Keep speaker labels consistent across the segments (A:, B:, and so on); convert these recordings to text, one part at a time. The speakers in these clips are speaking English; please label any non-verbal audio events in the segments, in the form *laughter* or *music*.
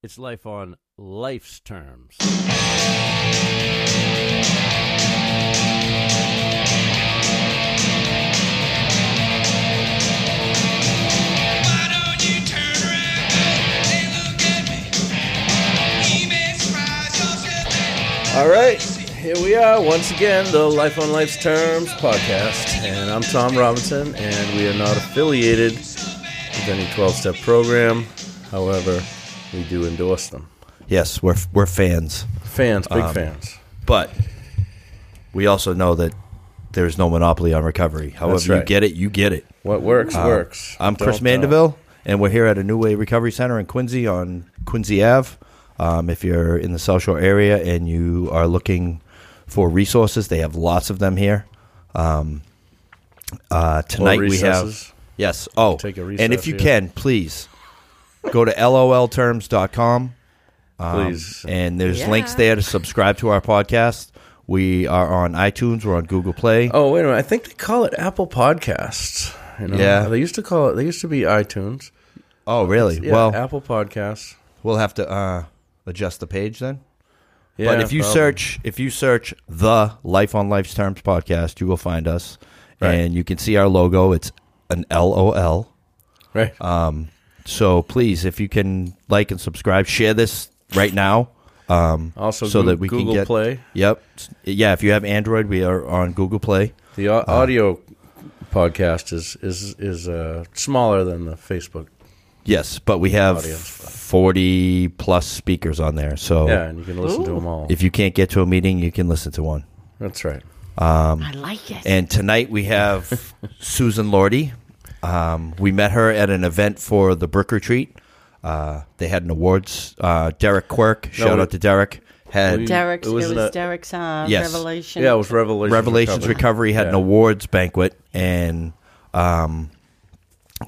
A: It's life on life's terms.
B: Why don't you turn around and look at me? You may surprise yourself that
C: All right, here we are once again, the Life on Life's Terms podcast, and I'm Tom Robinson, and we are not affiliated with any 12-step program. However, we do endorse them.
D: Yes, we're we're fans,
C: Fans, big
D: Um,
C: fans.
D: but we also know that there is no monopoly on recovery. However,
C: right.
D: you get it, you get it.
C: What works
D: Uh,
C: works.
D: I'm Chris
C: Don't, uh,
D: Mandeville, and we're here at a New Way Recovery Center in Quincy on Quincy Ave. Um, if you're in the South Shore area and you are looking for resources, they have lots of them here. Um, uh, tonight we
C: recesses.
D: have yes. Oh,
C: Take a
D: and
C: recess
D: if you
C: here.
D: can, please go to lolterms.com.
C: Please,
D: um, and there's
E: Yeah.
D: links there to subscribe to our podcast. We are on iTunes. We're on Google Play.
C: Oh wait a minute! I think they call it Apple Podcasts. You know?
D: Yeah.
C: they used to call it. They used to be iTunes.
D: Oh, really?
C: Yeah,
D: well,
C: Apple Podcasts.
D: we'll have to uh, adjust the page then.
C: Yeah,
D: but if you
C: probably.
D: search, if you search the Life on Life's Terms podcast, you will find us,
C: Right.
D: and you can see our logo. It's an LOL.
C: right,
D: So please, if you can like and subscribe, share this right now.
C: also
D: so
C: Goo-
D: that we
C: Google
D: can get
C: Play
D: Yep. Yeah. If you have Android, we are on Google Play.
C: the au- audio podcast is is is uh, smaller than the Facebook.
D: Yes, but we have
C: Audience.
D: forty plus speakers on there. So
C: Yeah, and you can listen to 'em to them all.
D: Oh. If you can't get to a meeting, you can listen to one.
C: That's right.
E: I like it.
D: And tonight we
C: *laughs*
D: have Susan Lordy. Um, we met her at an event for the Brook Retreat. Uh, they had an awards. Uh, Derek Quirk, shout
C: it-
D: out to Derek, had
C: We-
E: Derek's,
C: It
E: it
C: was
E: was,
C: that-
E: Derek's uh,
D: Yes.
E: revelation.
C: Yeah, it was Revelation.
D: Revelations Recovery, had an
C: Yeah.
D: awards banquet, and um,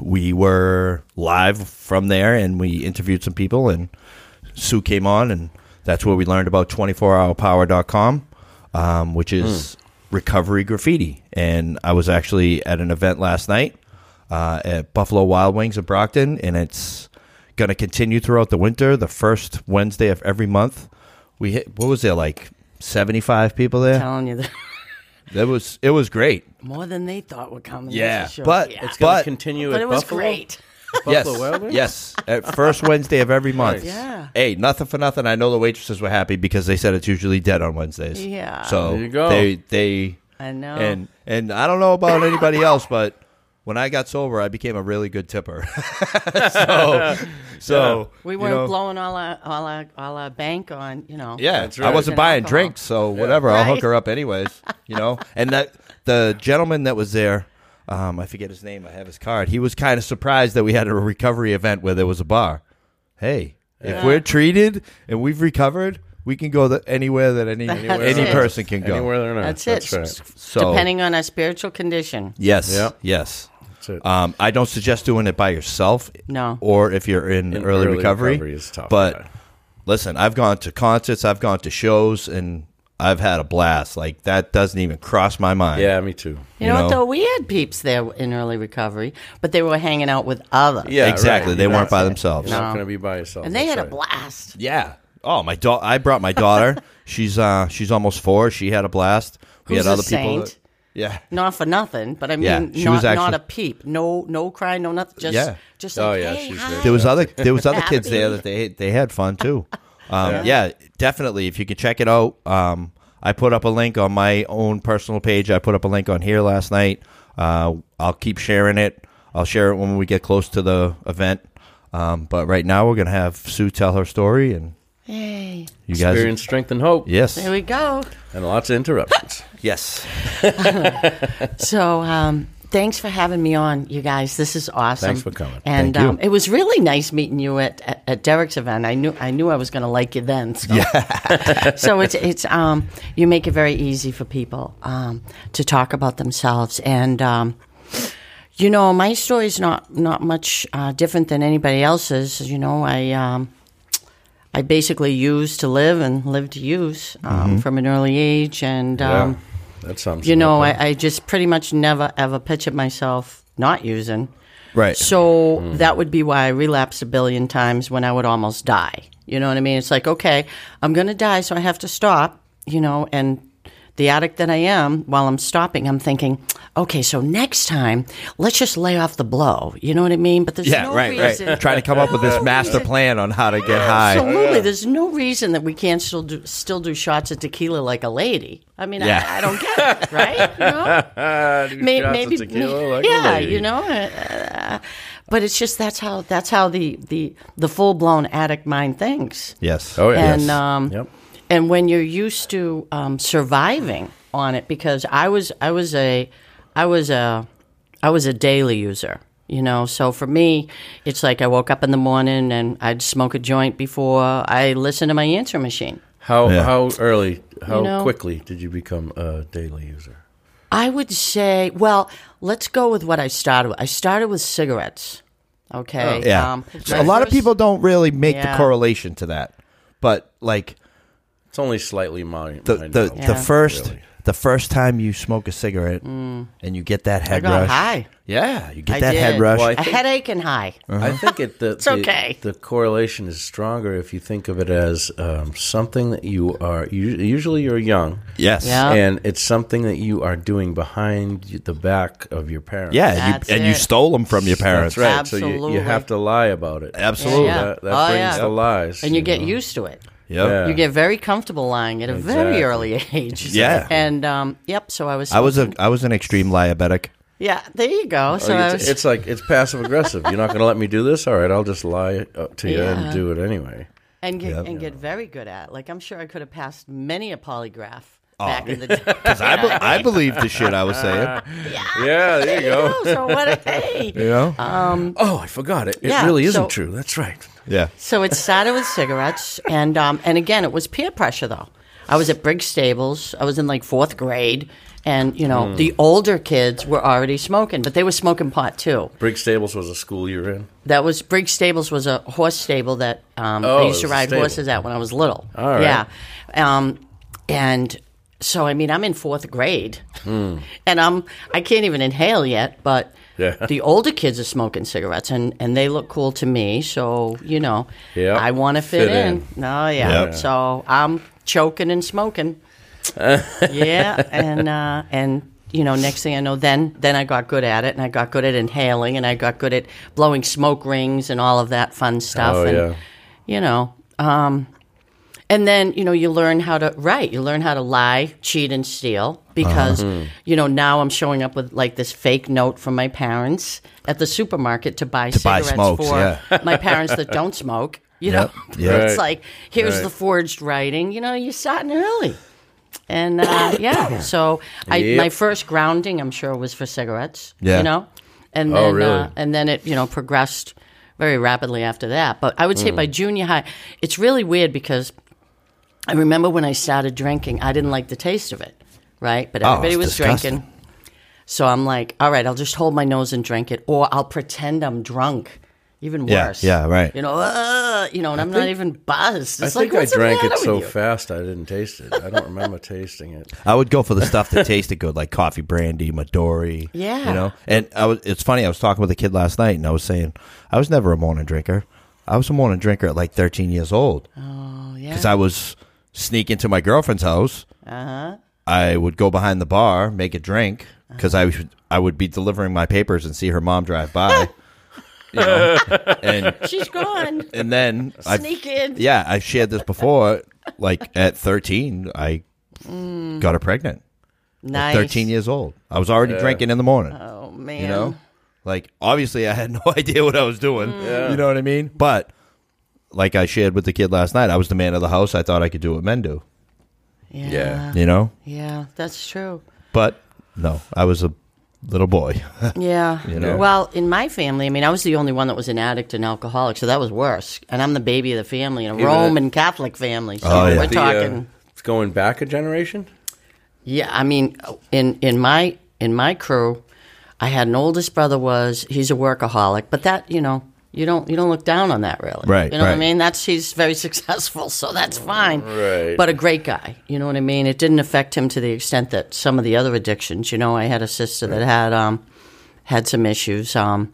D: we were live from there, and we interviewed some people, and Sue came on, and that's where we learned about 24hourpower.com, um, which is recovery graffiti. And I was actually at an event last night uh, at Buffalo Wild Wings of Brockton, and it's going to continue throughout the winter, the first Wednesday of every month. We hit, what was there, like 75 people there?
E: I'm telling you, that *laughs*
D: That was it was great.
E: more than they thought were coming.
D: Yeah,
E: that's for sure.
D: but-
E: yeah.
D: it's
C: Gonna
D: But-
C: continue
E: but
C: at
E: it was
C: Buffalo?
E: great.
C: Buffalo
D: yes,
C: Wild Wings?
D: yes. At first Wednesday of every month.
C: Nice.
E: Yeah.
D: Hey, nothing for nothing. I know the waitresses were happy because they said it's usually dead on Wednesdays.
E: Yeah.
D: So
C: There you go.
D: they they
E: I know.
D: and and I don't know about anybody else, but when I got sober, I became a really good tipper. *laughs* so so
E: we
D: you
E: weren't
D: know,
E: blowing all our all our all our bank on you know.
D: Yeah,
C: That's right.
D: I wasn't
E: And
D: buying
E: alcohol.
D: drinks, so whatever. I'll hook
E: Right.
D: her up anyways. You know, and that the gentleman that was there, um, I forget his name. I have his card. He was kind of surprised that we had a recovery event where there was a bar. Hey, if we're treated and we've recovered, we can go th- anywhere that any
E: That's
D: any
E: it.
D: person can go.
C: Anywhere they're not.
E: That's, it.
C: That's right.
D: So-
E: depending on our spiritual condition.
D: Yes,
C: Yeah.
D: yes.
C: That's it.
D: Um, I don't suggest doing it by yourself.
E: No.
D: Or if you're in,
C: In
D: early,
C: early
D: recovery.
C: recovery is tough,
D: But
C: yeah.
D: listen, I've gone to concerts, I've gone to shows, and I've had a blast. Like that doesn't even cross my mind.
C: yeah, me too.
D: You
E: You, know,
D: know?
E: what though? We had peeps there in early recovery, but they were hanging out with others.
C: Yeah, right.
D: exactly. They
C: You're
D: weren't
C: not-
D: by themselves.
C: You're not
E: No.
C: going to be by yourself.
E: And they
C: That's
E: had a
C: right.
E: blast.
D: Yeah. Oh, my daughter! I brought my
E: *laughs*
D: daughter. she's uh, she's almost four. She had a blast. We
E: Who's
D: had
E: a
D: other people.
E: saint?
D: that- yeah.
E: Not for nothing, but I mean,
D: Yeah, she
E: not,
D: was actually-
E: not a peep. No, no cry, no nothing. Just,
D: Yeah.
E: just
C: Oh,
E: like,
C: yeah,
E: hey,
C: she's
E: hi.
C: very
D: there was other there was other kids
E: Happy.
D: there that they they had fun too. Um, yeah. definitely. If you can check it out, um, I put up a link on my own personal page. I put up a link on here last night. Uh, I'll keep sharing it. I'll share it when we get close to the event. Um, but right now, we're gonna have Sue tell her story, and
E: Yay.
D: you guys,
C: Experience, strength, and hope.
D: yes,
E: There we go.
C: And lots of
D: *laughs*
C: interruptions.
D: yes,
E: So, um, thanks for having me on, you guys. This is awesome.
C: Thanks for coming.
E: And
D: Thank you.
E: Um, it was really nice meeting you at, at, at Derek's event. I knew I knew I was going to like you then. So. *laughs* so it's it's um, you make it very easy for people um, to talk about themselves and. Um, you know, my story's not not much uh, different than anybody else's. You know, I um, I basically used to live and lived to use
C: Mm-hmm.
E: um, from an early age, and um,
C: That's something.
E: you know, I, I just pretty much never ever pictured myself not using.
D: right, Hmm.
E: So that would be why I relapsed a billion times when I would almost die. You know what I mean? It's like, okay, I'm going to die, so I have to stop, you know, and the addict that I am, while I'm stopping, I'm thinking, okay, so next time, let's just lay off the blow. You know what I mean? But there's
D: Yeah,
E: no
D: right,
E: reason.
D: right. Trying to come up with
E: *laughs*
D: this
E: No
D: master
E: reason.
D: plan on how to get high.
E: Absolutely. There's no reason that we can't still do, still do shots of tequila like a lady. I mean,
D: Yeah.
E: I, I don't get it, right? You
D: *laughs*
E: know? May- maybe, may- yeah, you know. uh, but it's just that's how that's how the the the full blown addict mind thinks.
D: Yes.
C: Oh, yeah.
E: And
C: Yes.
E: um,
C: Yep.
E: and when you're used to um, surviving on it, because I was I was a I was a I was a daily user, you know. So for me, it's like I woke up in the morning and I'd smoke a joint before I listen to my answer machine.
C: How
D: Yeah.
C: how early, how
E: You know-
C: quickly did you become a daily user?
E: I would say, well, let's go with what I started with. I started with cigarettes. Okay.
D: Oh, Yeah. So
E: my
D: a lot of
E: um, first-
D: people don't really make the
E: Yeah.
D: correlation to that, but like
C: It's only slightly minor.
D: the the, the
E: Yeah.
D: first
C: Really.
D: the first time you smoke a cigarette and you get that head
E: Mm. I got
D: rush.
E: high.
D: Yeah, you get
E: I
D: that head
E: did.
D: rush. Uh,
C: Well, I
E: A
C: think-
E: headache and high.
C: I think it the, it's
E: okay.
C: the correlation is stronger if you think of it as um, something that you are u- usually you're young.
D: yes.
E: Yeah.
C: And it's something that you are doing behind y- the back of your parents.
D: Yeah, you,
E: That's
D: and you
E: it.
D: stole them from your parents.
C: That's right. So you, you
E: Absolutely.
C: have to lie about it.
D: Absolutely.
E: Yeah, yeah.
C: That, that
E: Oh,
C: brings
E: yeah.
C: the lies.
E: And you get
C: know?
E: used to it.
D: Yep.
C: Yeah.
E: You get very comfortable lying at a
C: Exactly.
E: very early *laughs* age.
D: Yeah.
E: And um, yep. So I was.
D: I was a I was an extreme diabetic.
E: Yeah. There you go.
C: Oh,
E: So I
C: it's,
E: was.
C: it's like it's passive aggressive. You're not going to let me do this. All right, I'll just lie uh, to you and
E: Yeah.
C: do it anyway.
E: and get and get very good at. it. Like I'm sure I could have passed many a polygraph back
D: *laughs*
E: in the day. Because
D: I, be, I believe the shit I was saying.
C: Yeah, there you go.
E: *laughs* so what? A, hey.
D: You know?
E: Uh,
C: Oh, I forgot it. It
E: Yeah,
C: really isn't
E: so-
C: true. That's right.
D: yeah.
E: So it started with cigarettes, and um, and again, it was peer pressure though. I was at Briggs Stables. I was in like fourth grade, and you
D: Hmm.
E: know the older kids were already smoking, but they were smoking pot too.
C: Briggs Stables was a school you were in.
E: That was Briggs Stables was a horse stable that um,
C: Oh,
E: I
C: it
E: used to
C: was a
E: ride
C: stable.
E: horses at when I was little.
C: All right.
E: Yeah, um, and so I mean I'm in fourth grade, *laughs* and I'm I can't even inhale yet. But
C: Hmm. Yeah.
E: *laughs* the older kids are smoking cigarettes, and, and they look cool to me. So you know,
C: Yep.
E: I want to fit,
C: Fit in.
E: in. Oh yeah.
D: Yep.
E: So I'm choking and smoking.
D: *laughs*
E: yeah, and uh, and you know, next thing I know, then then I got good at it, and I got good at inhaling, and I got good at blowing smoke rings and all of that fun stuff.
C: Oh,
E: and,
C: yeah.
E: You know, um, and then you know you learn how to write. You learn how to lie, cheat, and steal because
D: Uh-huh.
E: you know now I'm showing up with like this fake note from my parents at the supermarket to buy
D: buy
E: cigarettes
D: smokes,
E: for
D: yeah.
E: *laughs* my parents that don't smoke. You
D: Yep,
E: know, *laughs*
D: yep.
E: it's like here's
C: right.
E: the forged writing. You know, you're starting early.
C: *coughs*
E: And uh, yeah, so I my
C: Yep.
E: first grounding, I'm sure, was for cigarettes.
D: Yeah.
E: you know, and
C: Oh,
E: then
C: really?
E: uh, and then it you know progressed very rapidly after that. But I would say
C: Mm.
E: by junior high, it's really weird because I remember when I started drinking, I didn't like the taste of it, right? But
D: Oh,
E: everybody
D: it's
E: was
D: disgusting.
E: drinking, so I'm like, all right, I'll just hold my nose and drink it, or I'll pretend I'm drunk. Even
D: Yeah,
E: worse,
D: yeah, right.
E: You know, uh, you know, and I'm not even buzzed.
C: I
E: It's
C: think
E: like,
C: I
E: what's the
C: drank it
E: matter
C: so
E: with you?
C: fast I didn't taste it. I don't remember *laughs* tasting it.
D: I would go for the stuff that tasted good, like coffee brandy, Midori.
E: Yeah.
D: You know? And I was it's funny, I was talking with a kid last night and I was saying I was never a morning drinker. I was a morning drinker at like thirteen years old.
E: Oh, yeah.
D: because I was sneaking to my girlfriend's house.
E: Uh-huh.
D: I would go behind the bar, make a drink, because I would I would be delivering my papers and see her mom drive by. you
E: *laughs*
D: know, and
C: *laughs*
E: She's gone.
D: and then I
E: Sneak in.
D: Yeah, I've shared this before. Like at thirteen, I
E: Mm.
D: got her pregnant.
E: Nice.
D: Thirteen years old, I was already drinking in the morning.
E: Oh man.
D: You know, like obviously I had *laughs* no idea what I was doing.
E: Mm.
D: You know what I mean? But like I shared with the kid last night, I was the man of the house. I thought I could do what men do.
E: Yeah.
C: Yeah.
E: Yeah.
D: You know, *laughs*
E: that's true.
D: but no, I was a little boy. *laughs*
E: Yeah.
D: know?
E: Well, in my family, I mean, I was the only one that was an addict and alcoholic, so that was worse. And I'm the baby of the family in a Roman Catholic family. So
D: Oh, yeah.
E: we're
D: The,
C: uh,
E: talking
C: it's going back a generation.
E: Yeah, I mean, in in my in my crew, I had an oldest brother was he's a workaholic, but that you know you don't you don't look down on that really,
D: Right,
E: You know what
D: right.
E: I mean? That's he's very *laughs* successful, so that's fine.
C: Right.
E: But a great guy, you know what I mean? It didn't affect him to the extent that some of the other addictions. You know, I had a sister that had um had some issues, um,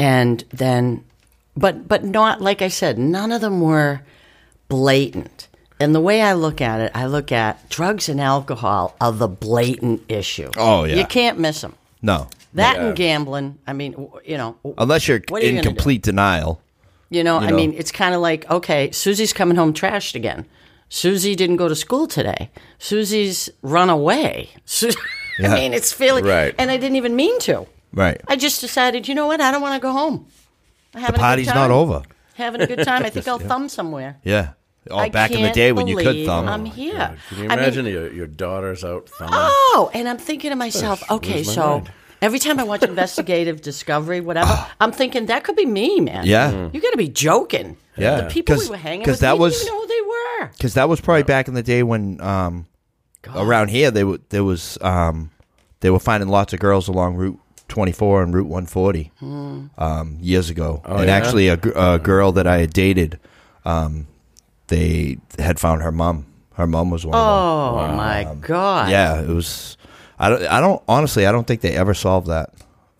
E: and then but but not like I said, none of them were blatant. And the way I look at it, I look at drugs and alcohol are the blatant issue.
D: Oh, yeah.
E: you can't miss them.
D: No,
E: That
C: Yeah.
E: and gambling. I mean, w- you know,
D: unless you're
E: What are you
D: in
E: gonna do?
D: complete denial.
E: You know,
D: You
E: I
D: know?
E: mean, it's kind of like, okay, Susie's coming home trashed again. Susie didn't go to school today. Susie's run away. *laughs* Su-
D: Yeah.
E: I mean, it's feeling.
C: Right.
E: And I didn't even mean to.
D: Right.
E: I just decided, you know what? I don't want to go home.
D: The
E: I'm having a good
D: party's not
E: time.
D: over.
E: Having a good time.
D: *laughs*
E: I think I'll thumb somewhere.
D: Yeah. Oh,
E: I
D: back in the
E: can't
D: day when you could
E: believe
D: thumb.
E: I'm here.
C: Can you
E: I mean,
C: imagine your, your daughter's out thumbing?
E: *gasps* Oh, and I'm thinking to myself,
C: Gosh,
E: okay,
C: lose my
E: so
C: mind.
E: every time I
C: *laughs*
E: watch investigative discovery, whatever, I'm thinking that could be me, man.
D: Ah. Yeah. Mm.
E: you got to be joking.
D: Yeah.
E: the people
D: 'Cause-
E: we were hanging
D: 'cause
E: with,
D: that
E: we
D: was-
E: didn't even know who they were.
D: Because that was probably back in the day when um, around here they were there was um, they were finding lots of girls along Route 24 and Route 140
E: Hmm.
D: um, years ago. and
C: yeah?
D: actually, a, gr- a girl that I had dated, um, they had found her mom. Her mom was one of
E: Oh my god!
D: them. Yeah, it was. I don't. I don't. Honestly, I don't think they ever solved that.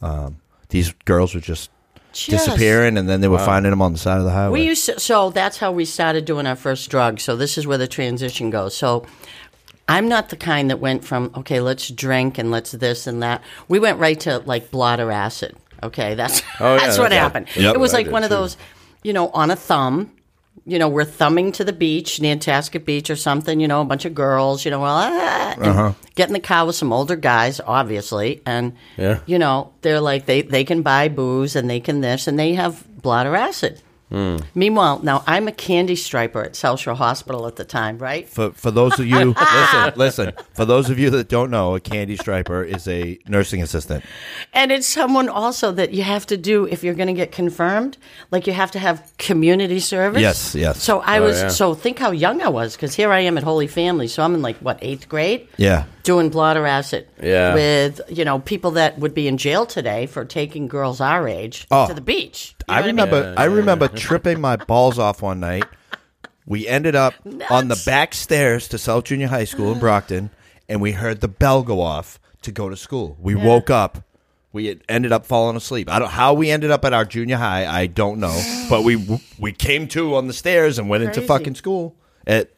D: Um, these girls were just,
E: Just-
D: disappearing, and then they were finding them on the side of the highway.
E: We used to, so that's how we started doing our first drug. So this is where the transition goes. So I'm not the kind that went from okay, let's drink and let's this and that. We went right to like blotter acid. Okay, that's
C: Oh, yeah,
E: *laughs* that's what
C: that's-
E: happened.
D: Yep.
E: It was
C: I
E: like
C: did,
E: one of
C: too.
E: those, you know, on a thumb. You know, we're thumbing to the beach, Nantasket Beach or something. You know, a bunch of girls. You know, well, ah, and
C: Uh-huh.
E: get in the car with some older guys, obviously, and
C: Yeah.
E: you know, they're like they they can buy booze and they can this and they have blotter acid.
C: Hmm.
E: Meanwhile, now I'm a candy striper at South Shore Hospital at the time, right?
D: For, for those of
E: *laughs*
D: you listen, listen. For those of you that don't know, a candy striper is a nursing assistant.
E: And it's someone also that you have to do if you're going to get confirmed. Like you have to have community service.
D: Yes, yes.
E: So I
C: Oh,
E: was.
C: yeah.
E: So think how young I was because here I am at Holy Family. So I'm in like what eighth grade.
D: Yeah.
E: Doing blotter acid.
C: Yeah.
E: With you know people that would be in jail today for taking girls our age
D: Oh.
E: to the beach. You know
D: I
E: what mean?
D: remember. I remember tripping my balls off one night. We ended up on the
E: Nuts.
D: back stairs to South Junior High School
E: *gasps*
D: in Brockton, and we heard the bell go off to go to school. We woke up. We had ended up falling asleep. I don't how we ended up at our junior high. I don't
E: *gasps*
D: know, but we we came to on the stairs and went into
E: Crazy.
D: fucking school at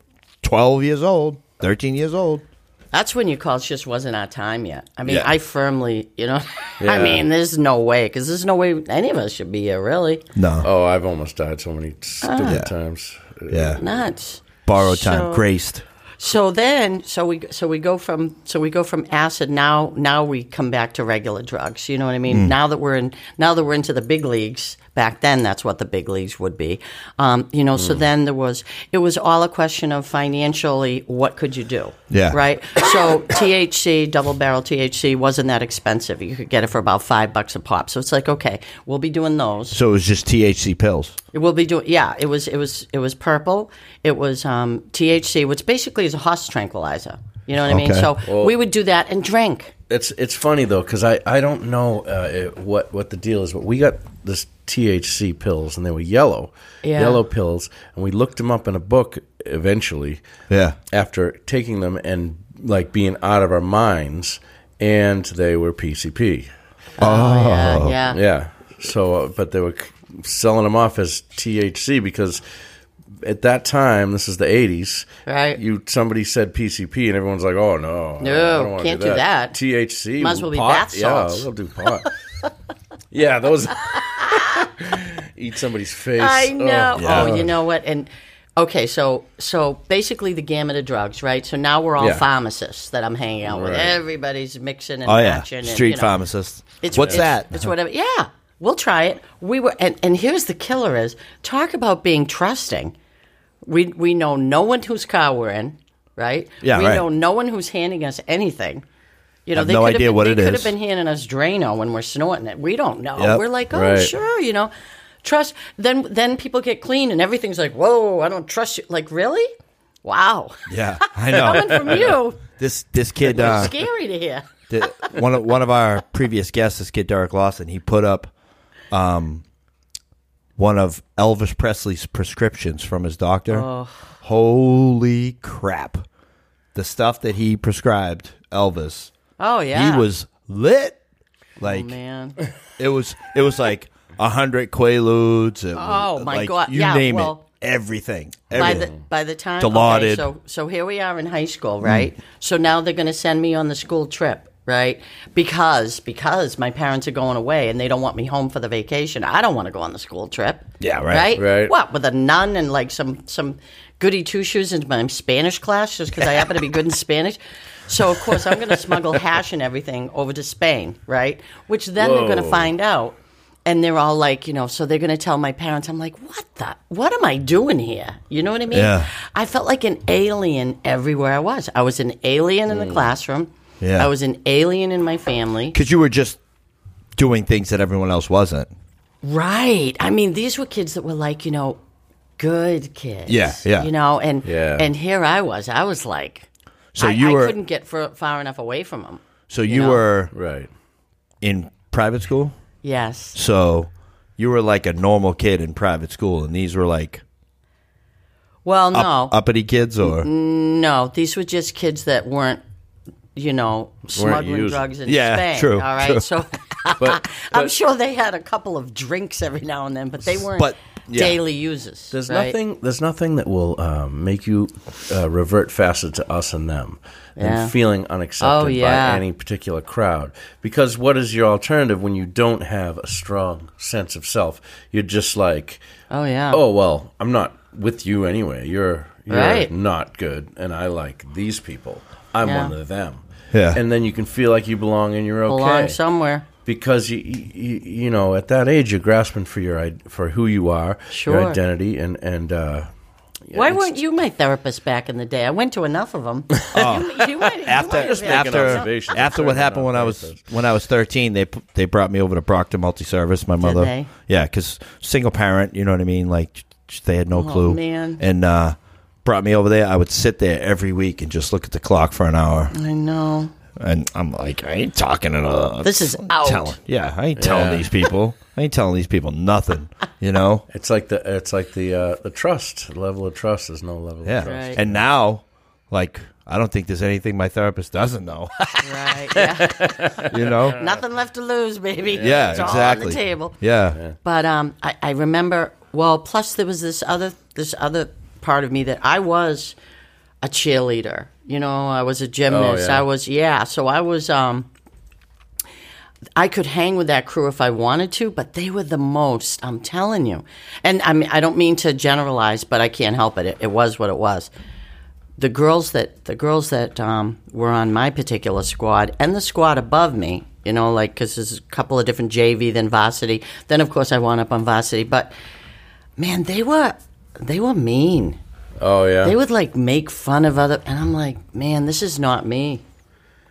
D: twelve years old, thirteen years old.
E: That's when you called. Just wasn't our time yet. I mean,
D: Yeah.
E: I firmly, you know, *laughs* I
C: Yeah.
E: mean, there's no way because there's no way any of us should be here. Really,
D: No,
C: Oh, I've almost died so many stupid
E: Ah.
D: Yeah.
C: times. Uh,
D: yeah,
E: nuts.
D: borrowed time,
E: So-
D: graced.
E: So then, so we so we go from so we go from acid. Now now we come back to regular drugs. You know what I mean? Now that we're in now that we're into the big leagues. Back then, that's what the big leagues would be. Um, you know. So then there was it was all a question of financially what could you do?
D: Yeah.
E: Right. So THC double barrel THC wasn't that expensive. You could get it for about five bucks a pop. So it's like okay, we'll be doing those.
D: So it was just THC pills.
E: We'll be doing yeah. It was it was it was purple. It was um, THC, which basically is a horse tranquilizer. You know what I mean?
D: Okay.
E: So we would do that and drink.
C: It's it's funny though because I, I don't know uh, it- what what the deal is, but we got this THC pills and they were yellow,
E: Yeah.
C: yellow pills, and we looked them up in a book eventually.
D: Yeah.
C: After taking them and like being out of our minds, and they were PCP.
D: Oh.
E: Yeah, yeah.
C: Yeah. So, uh, but they were c- selling them off as THC because at that time, this is the '80s.
E: Right.
C: You somebody said PCP, and everyone's like, "Oh no,
E: No,
C: wanna
E: can't do that.
C: THC
E: Might as well be
C: pot?
E: bath salts."
C: Yeah, we'll do
E: *laughs*
C: pot. yeah, those *laughs* eat somebody's face.
E: I know.
C: Ugh.
E: Oh, you know what? And okay, so so basically the gamut of drugs, right? So now we're all
C: Yeah.
E: pharmacists that I'm hanging out with.
C: Right.
E: Everybody's mixing and
D: Oh yeah.
E: matching. and,
D: Street
E: you know.
D: pharmacist.
E: It's
D: What's
E: it's-
D: that?
E: It's whatever. Yeah, we'll try it. We were, and, and here's the killer: is talk about being trusting. We we know no one whose car we're in, right?
D: Yeah,
E: we
D: right.
E: know no one who's handing us anything. You know,
D: Have
E: they
D: no
E: could
D: idea
E: have been,
D: what
E: they
D: it
E: could
D: is.
E: have been handing us Drano when we're snorting it. We don't know.
D: Yep.
E: We're like, oh,
C: Right.
E: sure, you know, trust. Then then people get clean, and everything's like, whoa, I don't trust you. Like, really? Wow, *laughs*
D: Yeah, I know.
E: coming from you,
D: *laughs* this this kid, uh,
E: scary to hear.
D: th- one of one of our previous guests, this kid Derek Lawson, he put up, um, one of Elvis Presley's prescriptions from his doctor.
E: Oh.
D: Holy crap! The stuff that he prescribed Elvis,
E: Oh yeah, Oh,
D: he was lit. Like
E: man.
D: it was, it was like a hundred quaaludes. and,
E: Oh, my
D: like,
E: God.
D: You
E: Yeah,
D: name
E: well-
D: it, everything.
E: by
D: everything.
E: the by the time
D: Dilaudid.
E: Okay, so so here we are in high school, right? So now they're going to send me on the school trip, right? Because because my parents are going away and they don't want me home for the vacation. I don't want to go on the school trip.
D: Yeah, right,
E: Right.
C: right.
E: What with a nun and like some some goody two shoes into my Spanish class just because I happen to
D: *laughs*
E: be good in Spanish. So of course I'm going to smuggle hash and everything over to Spain, right? Which then they're going to
C: Whoa.
E: find out. And they're all like, you know, so they're going to tell my parents. I'm like, what the? What am I doing here? You know what I mean?
D: Yeah.
E: I felt like an alien everywhere I was. I was an alien in the classroom.
D: Hmm. Yeah.
E: I was an alien in my family.
D: because you were just doing things that everyone else wasn't.
E: Right. I mean, these were kids that were like, you know, good kids.
D: Yeah, yeah.
E: You know, and
C: Yeah.
E: and here I was. I was like,
D: So
E: I,
D: you
E: I
D: were
E: couldn't get far, far enough away from them.
D: so you
E: know.
D: were
C: Right.
D: in private school.
E: Yes.
D: So you were like a normal kid in private school, and these were like
E: Well, no.
D: up, uppity kids, or
E: No, these were just kids that weren't, you know, smuggling
C: using-
E: drugs in
D: Yeah,
E: Spain.
D: true,
E: All right,
D: true. *laughs*
E: so
C: But,
E: *laughs* I'm
C: but
E: sure they had a couple of drinks every now and then, but they weren't
D: But, yeah.
E: daily users.
C: there's
E: right?
C: nothing. There's nothing that will um, make you uh, revert faster to us and them
E: Yeah.
C: than feeling unaccepted
E: Oh, yeah.
C: by any particular crowd. Because what is your alternative when you don't have a strong sense of self? You're just like,
E: Oh yeah.
C: oh well, I'm not with you anyway. You're you're
E: Right.
C: not good, and I like these people. I'm
E: Yeah.
C: one of them.
D: Yeah.
C: And then you can feel like you belong and you're okay
E: belong somewhere.
C: because you, you you know at that age you're grasping for your id- for who you are,
E: Sure.
C: your identity, and and uh, yeah,
E: Why
C: it's-
E: weren't you my therapist back in the day? I went to enough
D: *laughs*
E: of them. You- you might- you might have
D: Oh. after
E: been-
D: after
C: observations.
D: after what happened when I was when I was thirteen, they p- they brought me over to Proctor Multi Service. My mother,
E: they?
D: yeah, because single parent, you know what I mean. Like j- they had no clue,
E: Oh, man.
D: and uh, brought me over there. I would sit there every week and just look at the clock for an hour,
E: I *laughs* know.
D: and I'm like, I ain't talking to no-
E: This is out.
D: Telling, yeah, I ain't telling these people. I ain't telling these people nothing. You know,
C: It's like the it's like the uh, the trust level of trust is no level
D: yeah.
C: of trust.
E: Right.
D: And now, like, I don't think there's anything my therapist doesn't know. *laughs*
E: Right. Yeah.
D: you know.
E: Nothing left to lose, baby.
D: Yeah,
E: it's
D: exactly.
E: All on the table.
D: Yeah,
E: But um, I, I remember. Well, plus there was this other this other part of me that I was a cheerleader. You know, I was a gymnast.
C: yeah.
E: I was yeah. So I was um. I could hang with that crew if I wanted to, but they were the most. I'm telling you, and I mean I don't mean to generalize, but I can't help it. It, it was what it was. The girls that the girls that um, were on my particular squad and the squad above me, you know, like because there's a couple of different JV then varsity. Then of course I wound up on varsity, but man, they were they were mean.
C: Oh yeah,
D: Um,
E: They would like make fun of other, and I'm like, man, this is not me.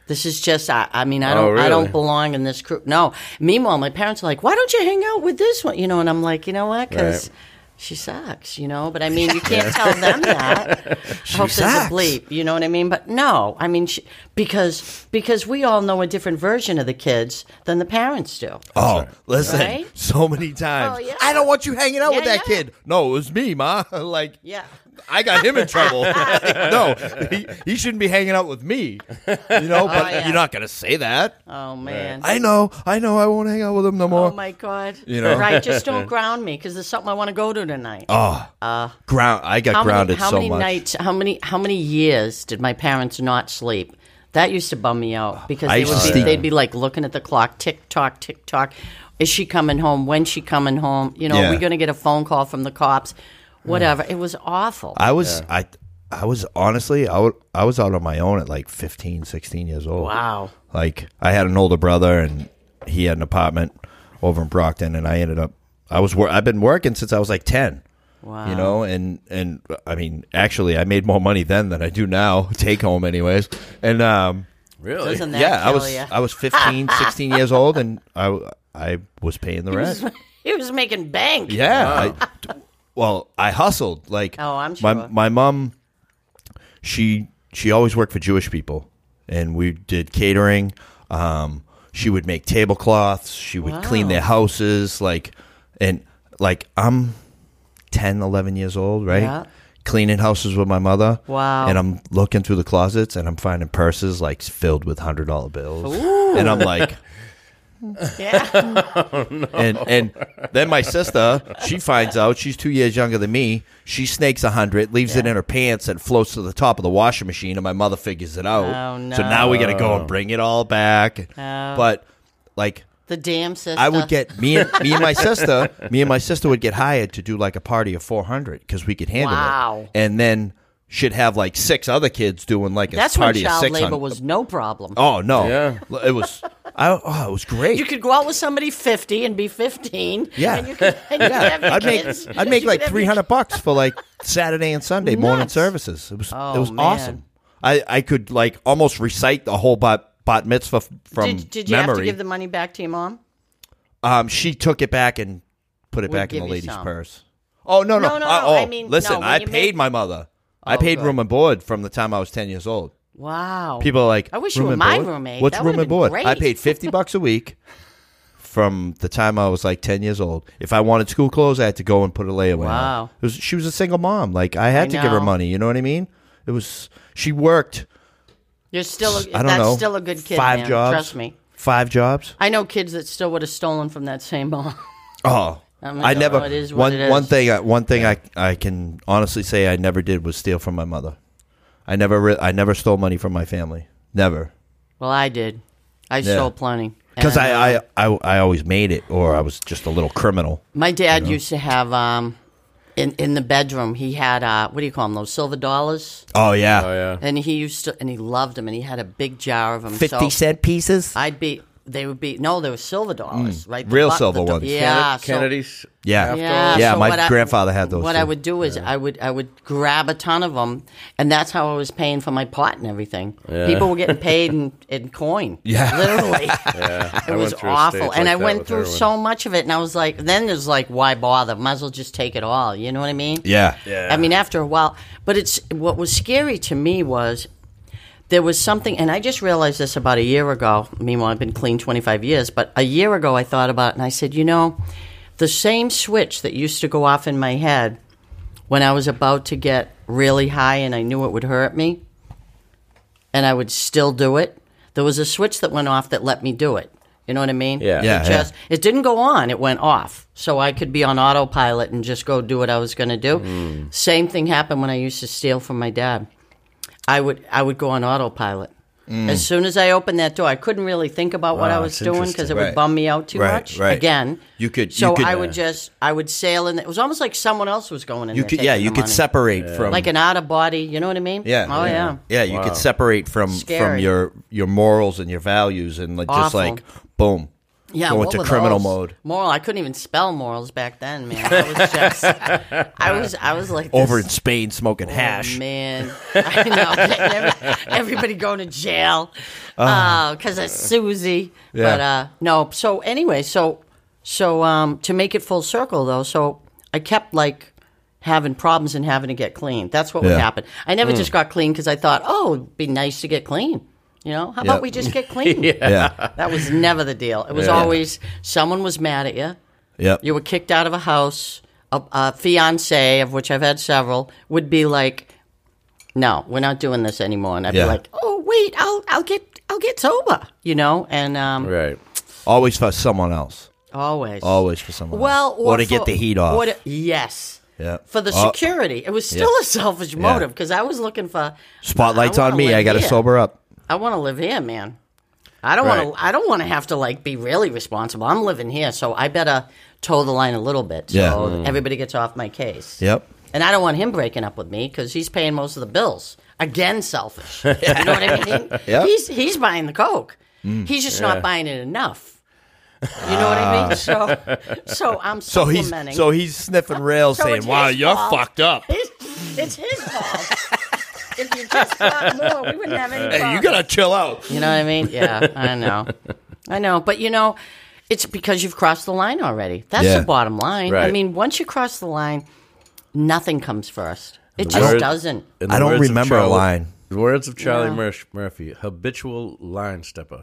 E: This is just, I, I mean, I don't,
C: Oh,
E: I
C: really?
E: don't belong in this group. No. Meanwhile, my parents are like, why don't you hang out with this one? You know, and I'm like, you know what? Because
C: Right.
E: she sucks. You know, but
D: *laughs*
E: I mean, you can't tell them that. Hope there's
D: sucks.
E: a bleep. You know what I mean? But no, I mean, she, because because we all know a different version of the kids than the parents do.
D: Oh, listen,
E: Right?
D: so many times.
E: Oh, yeah.
D: I don't want you hanging out with
E: Yeah,
D: that
E: yeah.
D: kid. No, it was me, ma. *laughs* like,
E: Yeah.
D: I got him in
E: *laughs*
D: trouble. *laughs* no, he, he shouldn't be hanging out with me. You know, but
E: Oh, yeah.
D: you're not gonna say that.
E: Oh man.
D: I know, I know. I won't hang out with him no more.
E: Oh my god!
D: You know?
E: right?
D: *laughs*
E: Just don't ground me because there's something I want to go to tonight.
D: Ground. I got
E: how
D: grounded
E: many, how
D: so
E: many
D: much.
E: nights how many how many years did my parents not sleep that used to bum me out because
D: I
E: they
D: used
E: would
D: to
E: be,
D: sleep-
E: they'd be like looking at the clock tick tock tick tock is she coming home when she coming home you know
D: Yeah.
E: are we going to get a phone call from the cops whatever it was awful
D: I was, I, I was honestly, I, would, I was out on my own at like 15, 16 years old.
E: wow
D: like I had an older brother and he had an apartment over in Brockton and I ended up I was wor- I've been working since I was like 10.
E: Wow.
D: You know, and and I mean actually I made more money then than I do now, *laughs* take home anyways. And um
C: really.
E: Doesn't that
D: yeah, I
E: kill
D: was
E: ya?
D: I was 15, 16 years old and I I was paying the rent.
E: *laughs* he was making bank
D: Yeah. I, well, I hustled. Like,
E: Oh, I'm
D: My
E: sure.
D: my mom, she she always worked for Jewish people, and we did catering. Um, she would make tablecloths. She would clean
E: Wow.
D: their houses. Like, and like I'm 10, 11 years old, right?
E: Yeah.
D: Cleaning houses with my mother.
E: Wow.
D: And I'm looking through the closets and I'm finding purses like filled with hundred dollar bills. And I'm like, *laughs*
E: Yeah. *laughs*
D: and and then my sister, she finds out she's two years younger than me. She snakes a hundred, leaves it in her pants, and floats to the top of the washing machine. And my mother figures it out.
E: Oh, no. Oh.
D: So now we got to go and bring it all back. But like.
E: the damn sister.
D: I would get me and me and
E: *laughs*
D: my sister, me and my sister would get hired to do like a party of 400 because we could handle
E: Wow.
D: it. And then should have like six other kids doing like a
E: That's when
D: party of
E: child
D: 600.
E: labor was no problem.
D: Oh no!
C: Yeah.
D: L- it was. I, oh, it was great.
E: You could go out with somebody 50 and be 15.
D: Yeah.
E: And you could, and you could have your
D: I'd make
E: kids.
D: I'd make
E: *laughs* You
D: like
E: could have
D: three
E: your
D: hundred bucks for like Saturday and Sunday morning
E: Nuts.
D: services. It was it
E: Oh,
D: was
E: man.
D: awesome. I, I could like almost recite the whole bat bat mitzvah f- from
E: Did, did you
D: memory.
E: have to give the money back to your mom?
D: um, she took it back and put it
E: We'll
D: back in
E: give
D: the
E: you
D: lady's
E: some.
D: purse. Oh no no!
E: No, no,
D: Uh,
E: no,
D: oh,
E: I mean, no,
D: listen,
E: when
D: I
E: you
D: paid
E: make- Oh,
D: my mother. I paid
E: good.
D: room and board from the time I was ten years old.
E: Wow.
D: People are like,
E: I wish
D: room
E: you were
D: and
E: my
D: board?
E: roommate.
D: What's
E: That
D: room
E: would've
D: and
E: been
D: board?
E: great.
D: I paid
E: *laughs*
D: fifty bucks a week from the time I was like ten years old. If I wanted school clothes, I had to go and put a layaway. on.
E: Wow.
D: It was, she was a single mom. Like I had
E: I
D: to give her
E: know.
D: money. You know what I mean? It was she worked.
E: You're still, a,
D: I don't
E: that's
D: know.
E: still a good kid.
D: Five
E: man.
D: jobs.
E: Trust me.
D: Five jobs.
E: I know kids that still would have stolen from that same mom. *laughs*
D: Oh,
E: I
D: I,
E: mean, I don't
D: never.
E: know, it is what
D: one
E: it
D: one
E: is.
D: thing. I, one thing I I can honestly say I never did was steal from my mother. I never. Re- I never stole money from my family. Never.
E: Well, I did. I
D: Yeah.
E: stole plenty.
D: Because
E: And,
D: I,
E: uh,
D: I, I, I always made it, or I was just a little criminal.
E: my dad used to have um, in in the bedroom. He had uh, what do you call them? Those silver dollars.
D: Oh yeah.
C: Oh yeah.
E: And he used to, and he loved them, and he had a big jar of them.
D: Fifty cent pieces.
E: I'd be. They would be no. They were silver dollars, right? The
D: Hmm. real
E: bu-
D: silver
E: the, do-
D: ones.
E: Yeah, so-
C: Kennedy's.
D: yeah.
E: Yeah, so
D: my
E: what I-
D: grandfather had those.
E: What I
D: too.
E: would do is I would I would grab a ton of them, and that's how I was paying for my pot and everything. People were getting paid in, in coin. Yeah, literally. It
C: I
E: was
C: went through a
E: awful,
C: stage
E: and
C: like
E: I
C: that
E: went
C: with
E: through
C: heroin.
E: so much of it, and I was like, then there's like, why bother? Might as well just take it all. You know what I mean?
D: Yeah.
C: Yeah.
E: I mean, after a while, but it's what was scary to me was there was something, and I just realized this about a year ago. Meanwhile, I've been clean 25 years, but a year ago I thought about it and I said, you know, the same switch that used to go off in my head when I was about to get really high and I knew it would hurt me, and I would still do it. There was a switch that went off that let me do it. You know what I mean?
C: Yeah. Yeah,
E: It
D: yeah.
E: just it didn't go on. It went off, so I could be on autopilot and just go do what I was going to do. Same thing happened when I used to steal from my dad. I would I would go on autopilot.
D: Hmm.
E: As soon as I opened that door, I couldn't really think about what I
C: Wow,
E: was
C: that's
E: doing because it
D: interesting.
E: would bum me out too
D: Right,
E: much.
D: right.
E: Again,
D: You could-
E: So
D: you could-
E: I would just I would sail in. It was almost like someone else was going in.
D: You
E: there
D: could. Yeah.
E: taking
D: You
E: the
D: could
E: money.
D: separate from.
E: like an out of body. You know what I mean?
D: yeah.
E: Oh yeah.
D: Yeah. You could separate from from
E: Scary.
D: your your morals and your values and like just
E: Awful.
D: like boom.
E: Yeah,
D: Go
E: what
D: into
E: were
D: criminal
E: those?
D: mode.
E: Moral. I couldn't even spell morals back then, man. I was
D: *laughs*
E: just, I was, I was like this-
D: Over in Spain, smoking hash.
E: Oh, man, I know. *laughs* Every- Everybody going to jail
D: Uh-huh.
E: because of Susie. But uh, no. So anyway, so so um, to make it full circle though, so I kept like having problems and having to get clean. That's what
D: Yeah. Mm.
E: would happen. I never just got clean because I thought, oh, it'd be nice to get clean. You know, how
D: Yeah.
E: about we just get
D: *laughs*
E: clean? *laughs*
D: Yeah.
E: That was never the deal. It was always someone was mad at you.
D: Yep.
E: You were kicked out of a house. A, a fiance, of which I've had several, would be like, "No, we're not doing this anymore." And I'd
D: Yeah.
E: be like, "Oh, wait, I'll I'll get I'll get sober," you know. And um,
C: Right.
D: Always for someone else.
E: always,
D: Always for someone.
E: well,
D: else.
E: or,
D: to
E: for-
D: get the heat off.
E: or to- yes,
D: Yeah.
E: for the
D: Oh.
E: security. It was still a selfish motive because I was looking for
D: Spotlight's
E: I wanna
D: on me.
E: live
D: I got to
E: here.
D: sober up.
E: I want to live here, man. I don't
D: Right.
E: want to. I don't want to have to like be really responsible. I'm living here, so I better toe the line a little bit, so
D: Yeah. Mm.
E: everybody gets off my case.
D: Yep.
E: And I don't want him breaking up with me because he's paying most of the bills. Again, selfish. you know what
D: *laughs*
E: I mean?
D: Yep. Mm.
E: He's he's buying the coke. He's just not buying it enough. You know what I mean? So, so I'm
D: Ah. So he's
E: supplementing.
D: so he's sniffing rail,
E: So
D: saying,
E: it's
D: "Wow,
E: his
D: you're
E: fault."
D: fucked up."
E: It's, it's his *laughs* fault. if you just got more, we wouldn't have any.
D: Hey, you
E: problems.
D: gotta chill out.
E: You know what I mean? Yeah, I know. I know. But you know, it's because you've crossed the line already. That's
D: Yeah.
E: the bottom line. I
C: Right.
E: mean, once you cross the line, nothing comes first. It
C: The
E: just
C: word-
E: doesn't.
C: In the
D: I don't
C: words of
D: remember a
C: Charlie-
D: line.
C: The words of Charlie
E: Yeah.
C: Murph- Murphy: habitual line stepper.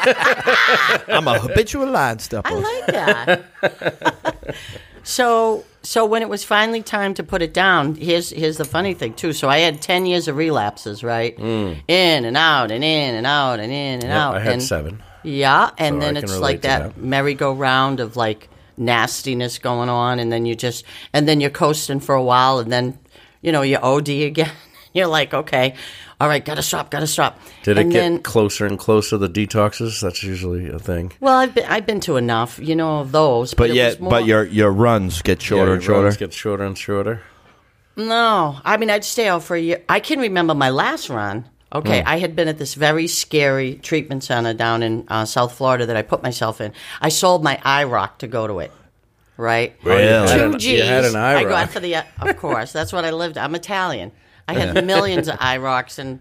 D: I'm a habitual *laughs* line stepper.
E: I like that.
C: *laughs*
E: so so when it was finally time to put it down, here's here's the funny thing too. So I had ten years of relapses, right? In and out and in and out and in and
C: Mm. Yeah,
E: out.
C: I had
E: and
C: seven.
E: Yeah, and
C: So
E: then
C: I can
E: it's
C: relate
E: like
C: to
E: that,
C: that.
E: merry-go-round of like nastiness going on, and then you just and then you're coasting for a while, and then you know you OD again. *laughs* You're like, okay, all right, gotta stop, gotta stop.
C: Did it
E: and
C: get
E: then,
C: closer and closer the detoxes? That's usually a thing.
E: well, I've been I've been to enough, you know, of those.
D: But
E: it
D: yet,
E: was more-
D: but your your runs get
C: Yeah,
D: shorter and
C: your
D: shorter.
C: runs Get shorter and shorter.
E: No, I mean, I'd stay out for a year. I can remember my last run. Okay, I had been at this very scary treatment center down in uh, South Florida that I put myself in. I sold my IROC to go to it, right?
D: Really?
C: had
E: Two
C: an-
E: G's.
C: Oh, you had an
E: I
C: IROC.
E: got for the, uh, of course, that's what I lived. I'm Italian. I had millions of IROCs and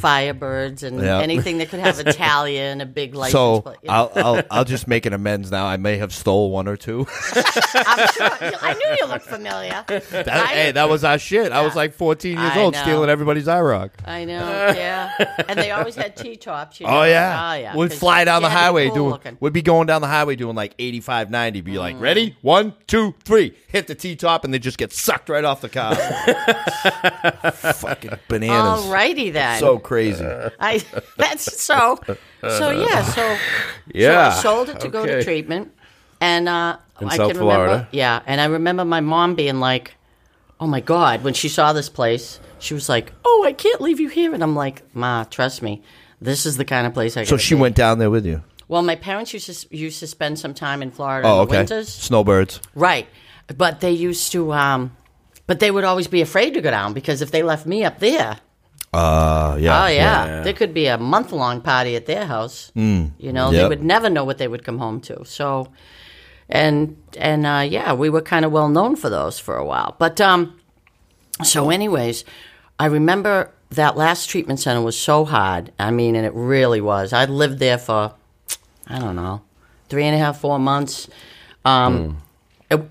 E: Firebirds and
D: Yeah.
E: anything that could have Italian, a big license
D: so
E: plate, you know.
D: I'll, I'll I'll just make an amends now. I may have stole one or
E: *laughs*
D: two.
E: I'm sure. *laughs* I knew you looked familiar.
D: That- hey, that was our shit. I was like 14 years
E: I
D: old,
E: know.
D: stealing everybody's IROC. *laughs*
E: I know, yeah. And they always had T tops. You know?
D: Oh yeah,
E: oh yeah.
D: We'd
E: 'cause
D: fly down
E: they
D: the
E: had to be
D: highway
E: cool
D: doing.
E: looking.
D: We'd be going down the highway doing like 85, 90. Be like, ready, one, two, three. Hit the T top, and they just get sucked right off the
E: *laughs*
D: car. Fucking bananas. *laughs*
E: Alrighty then.
D: So crazy.
E: I *laughs* that's so.
D: *laughs*
E: So yeah. So
C: Yeah.
E: So I sold it to go to
C: Okay.
E: treatment, and uh,
C: In
E: I
C: South
E: can
C: Florida.
E: remember. Yeah, and I remember my mom being like, "Oh my god!" When she saw this place, she was like, "Oh, I can't leave you here," and I'm like, "Ma, trust me." This is the kind of place I.
D: So
E: gotta
D: she
E: be."
D: went down there with you.
E: Well, my parents used to s- used to spend some time in Florida
D: Oh,
E: in the
D: okay.
E: winters.
D: Snowbirds.
E: Right. But they used to, um, but they would always be afraid to go down because if they left me up there,
D: Uh, yeah.
E: oh, yeah, there could be a month long party at their house. Mm, you know, they
D: Yep.
E: would never know what they would come home to. So, and, and, uh, yeah, we were kind of well known for those for a while. But, um, so, anyways, I remember that last treatment center was so hard. I mean, and it really was. I lived there for, I don't know, three and a half, four months. Um,
D: Mm.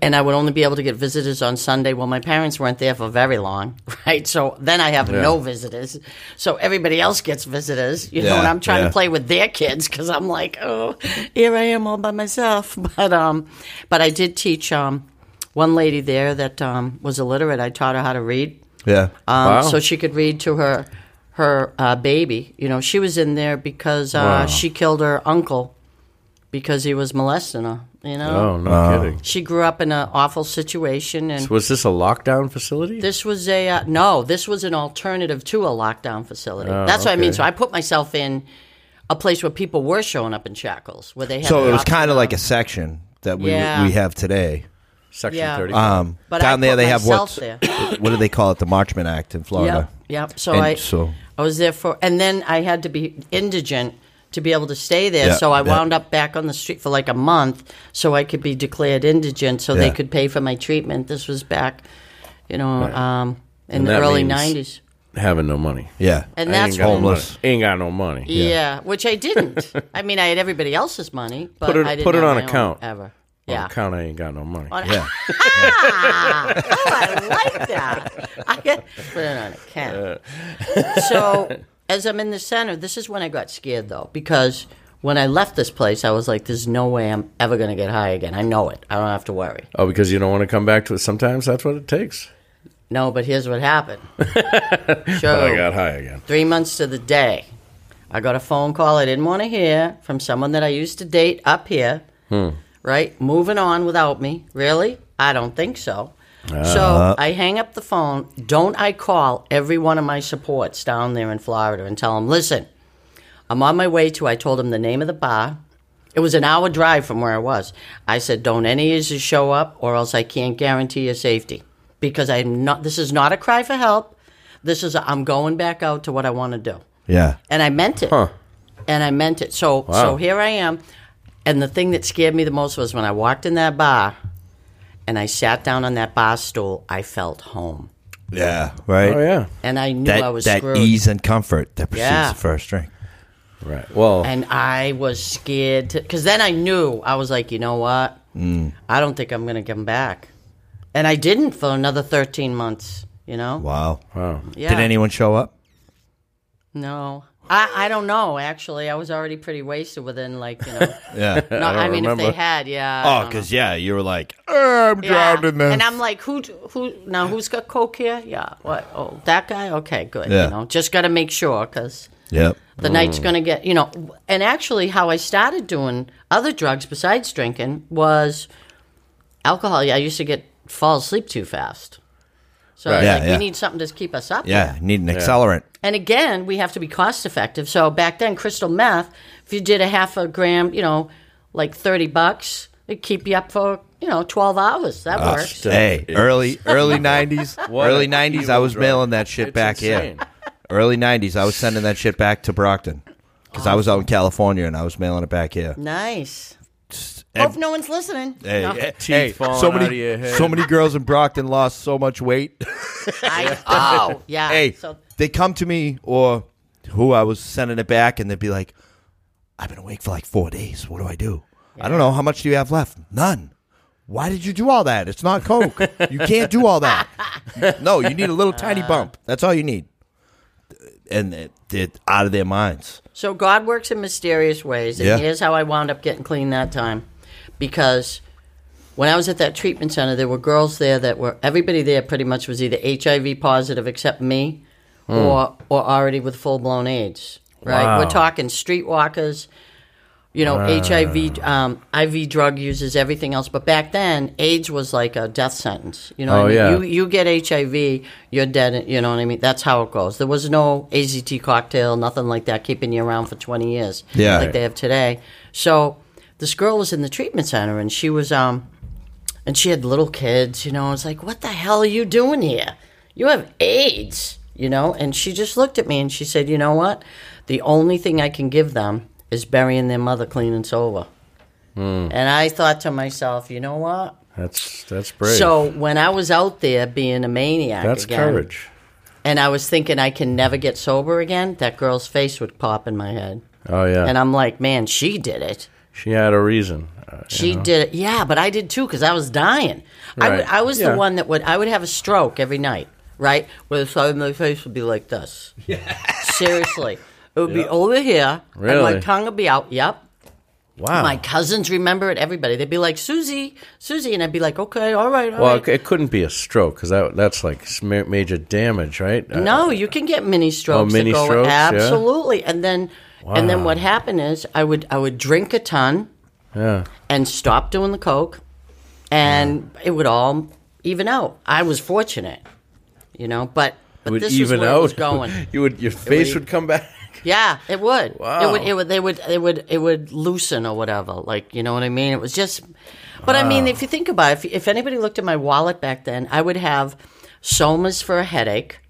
E: And I would only be able to get visitors on Sunday. Well, my parents weren't there for very long, *laughs* right? So then I have no visitors. So everybody else gets visitors, you know,
D: Yeah,
E: and I'm trying
D: yeah.
E: to play with their kids because I'm like, oh, here I am all by myself. *laughs* But um, but I did teach um, one lady there that um, was illiterate. I taught her how to read.
D: Yeah.
E: Um,
C: Wow.
E: So she could read to her her uh, baby. You know, she was in there because uh,
C: Wow.
E: she killed her uncle because he was molesting her. You know,
C: Oh, no kidding.
E: she grew up in an awful situation, and
C: Was this a lockdown facility?
E: this was a uh, no. This was an alternative to a lockdown facility. That's what I mean.
C: Oh, okay.
E: So I put myself in a place where people were showing up in shackles, where they had
D: So
E: the
D: it was
E: option
D: kind of like a section that we
E: Yeah.
D: we have today.
C: Section
E: yeah.
C: 35.
D: Um,
E: But
D: down
E: I
D: there
E: put
D: they have
E: myself
D: what?
E: there.
D: *coughs* What do they call it? The Marchman Act in Florida.
E: Yep. Yep. So
D: And
E: I
D: so-
E: I was there for, and then I had to be indigent to be able to stay there.
D: Yeah,
E: so I
D: yeah.
E: wound up back on the street for like a month, so I could be declared indigent, so they
D: Yeah.
E: could pay for my treatment. This was back, you know, um, in
C: And
E: the
C: that
E: early
C: means-
E: nineties,
C: Having no money.
D: Yeah.
E: and
C: I
E: that's
C: ain't got
E: when-
C: no money.
D: Homeless.
C: Ain't got no money.
E: yeah. which I didn't. I mean, I had everybody else's money, but
C: Put it-
E: I didn't
C: put it
E: have
C: on
E: my own
C: account.
E: ever.
C: On
E: Yeah.
C: account, I ain't got no money.
E: On- *laughs*
D: yeah.
E: Oh, I like that. I get put it on a can. So as I'm in the center, this is when I got scared though, because when I left this place, I was like, "There's no way I'm ever going to get high again. I know it. I don't have to worry."
C: Oh, because you don't want to come back to it. Sometimes that's what it takes.
E: No, but here's what happened. Sure.
C: I got high again.
E: Three months to the day, I got a phone call I didn't want to hear from someone that I used to date up here. Right, moving on without me. Really? I don't think so. So I hang up the phone. Don't I call every one of my supports down there in Florida and tell them, listen, I'm on my way to. I told him the name of the bar. It was an hour drive from where I was. I said, "Don't any of you show up, or else I can't guarantee your safety because I'm not. This is not a cry for help. This is i I'm going back out to what I want to do."
D: Yeah.
E: and I meant it. And I meant it. So so here I am. And the thing that scared me the most was when I walked in that bar and I sat down on that bar stool, I felt home.
D: Yeah. Right.
C: Oh, yeah.
E: And I knew
D: That,
E: I was
D: that
E: screwed.
D: ease and comfort that precedes
E: Yeah.
D: the first drink.
C: Right. Well,
E: And I was scared because then I knew I was like, you know what?
D: Mm.
E: I don't think I'm going to come back. And I didn't for another 13 months, you know?
D: Wow.
C: wow.
E: Yeah.
D: Did anyone show up?
E: No. I, I don't know, actually. I was already pretty wasted within, like, you know.
D: Yeah.
E: no, *laughs* I, mean, if
C: remember.
E: they had, yeah. I
D: oh,
E: don't know.
D: because yeah, you were like, "Uh, I'm
E: Yeah.
D: drowned in this.
E: And I'm like, who, who, now who's got coke here? Yeah. What? Oh, that guy? Okay, good.
D: Yeah. Mm.
E: You know, just got to make sure because
D: yep.
E: The night's going to get, you know. And actually, how I started doing other drugs besides drinking was alcohol. I used to get fall asleep too fast. So I was
D: Right. Yeah,
E: like,
D: yeah.
E: we need something to keep us up.
D: Yeah,
E: here.
D: need an accelerant.
E: And again, we have to be cost effective. So back then, crystal meth, if you did a half a gram, you know, like 30 bucks, it'd keep you up for, you know, 12 hours. That
D: Ah,
E: works.
C: shit.
D: Hey,
C: It's-
D: early
C: *laughs*
D: early nineties,
C: What
D: early
C: an
D: nineties. I
C: evil
D: was
C: drug.
D: mailing that shit
C: It's
D: back
C: insane.
D: here. Early nineties, I was sending that shit back to Brockton because I was out in California and I was mailing it back here.
E: Nice.
D: Ev-
E: Hope no one's listening.
D: Hey, *laughs*
E: No.
D: eh,
C: Teeth
D: hey,
C: falling
D: so
C: out
D: many
C: of your head.
D: so many girls in Brockton lost so much weight.
E: I, oh, yeah.
D: hey,
E: So,
D: they come to me or who I was sending it back, and they'd be like, "I've been awake for like four days. What do I do? I don't know. How much do you have left? None. Why did you do all that? It's not coke. you can't do all
E: *laughs*
D: that. No, you need a little tiny
E: Uh.
D: bump. That's all you need." And they- they're out of their minds.
E: so God works in mysterious ways. And
D: Yeah.
E: here's how I wound up getting clean that time. Because when I was at that treatment center, there were girls there that were, everybody there pretty much was either HIV positive except me or, or already with full blown AIDS. Right?
A: Wow.
E: We're talking streetwalkers. you know, HIV, um, IV drug users, everything else. But back then, AIDS was like a death sentence. You know, what
C: Oh,
E: I mean?
C: yeah.
E: you you get HIV, you're dead. You know what I mean? That's how it goes. There was no AZT cocktail, nothing like that, keeping you around for twenty years,
D: Yeah.
E: like they have today. So this girl was in the treatment center, and she was um, and she had little kids, you know. I was like, what the hell are you doing here? You have AIDS, you know? And she just looked at me and she said, you know what? The only thing I can give them is burying their mother clean and sober. And I thought to myself, you know what?
A: That's that's brave.
E: So when I was out there being a maniac
A: that's
E: again,
A: courage.
E: and I was thinking I can never get sober again, that girl's face would pop in my head.
A: Oh yeah.
E: And I'm like, man, she did it.
A: she had a reason. Uh, you
E: She
A: know.
E: did it. Yeah, but I did too because I was dying. I
A: Right.
E: would- I was
A: Yeah.
E: the one that would, I would have a stroke every night, right? Where the side of my face would be like this. Seriously. It would be over here. And my
A: Really?
E: tongue would be out. Yep.
A: Wow.
E: My cousins remember it. Everybody. They'd be like, Susie, Susie. And I'd be like, okay, all right, all
A: well,
E: right."
A: it- it couldn't be a stroke because that, that's like sma- major damage, right? Uh,
E: No, you can get mini strokes.
A: mini
E: that go,
A: strokes, yeah.
E: Absolutely. And then and then
A: Wow.
E: what happened is I would I would drink a ton
A: Yeah.
E: and stop doing the coke and it would all even out. I was fortunate. You know, but,
A: It
E: but
A: would
E: this
A: even
E: was where
A: out. *laughs*
E: it was going. e
A: you would your face would come back. *laughs*
E: Yeah, it would.
A: Wow.
E: It would. It would. They would. It would. It would loosen or whatever. Like you know what I mean. It was just. But I mean, if you think about it, if, if anybody looked at my wallet back then, I would have somas for a headache.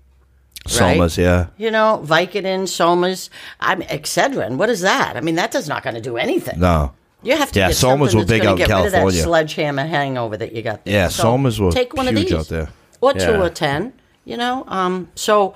E: Right?
D: Somas, yeah.
E: You know, Vicodin, Somas, I'm Excedrin. What is that? I mean, that is not going to do anything.
D: No.
E: You have to
D: Yeah,
E: get
D: Somas
E: something
D: were
E: that's
D: big
E: gonna
D: out in
E: get rid of
D: California.
E: that sledgehammer hangover that you got. There.
D: Yeah, Somas were
E: take one
D: huge
E: of these
D: out there.
E: or two
A: Yeah.
E: or ten. You know, um, so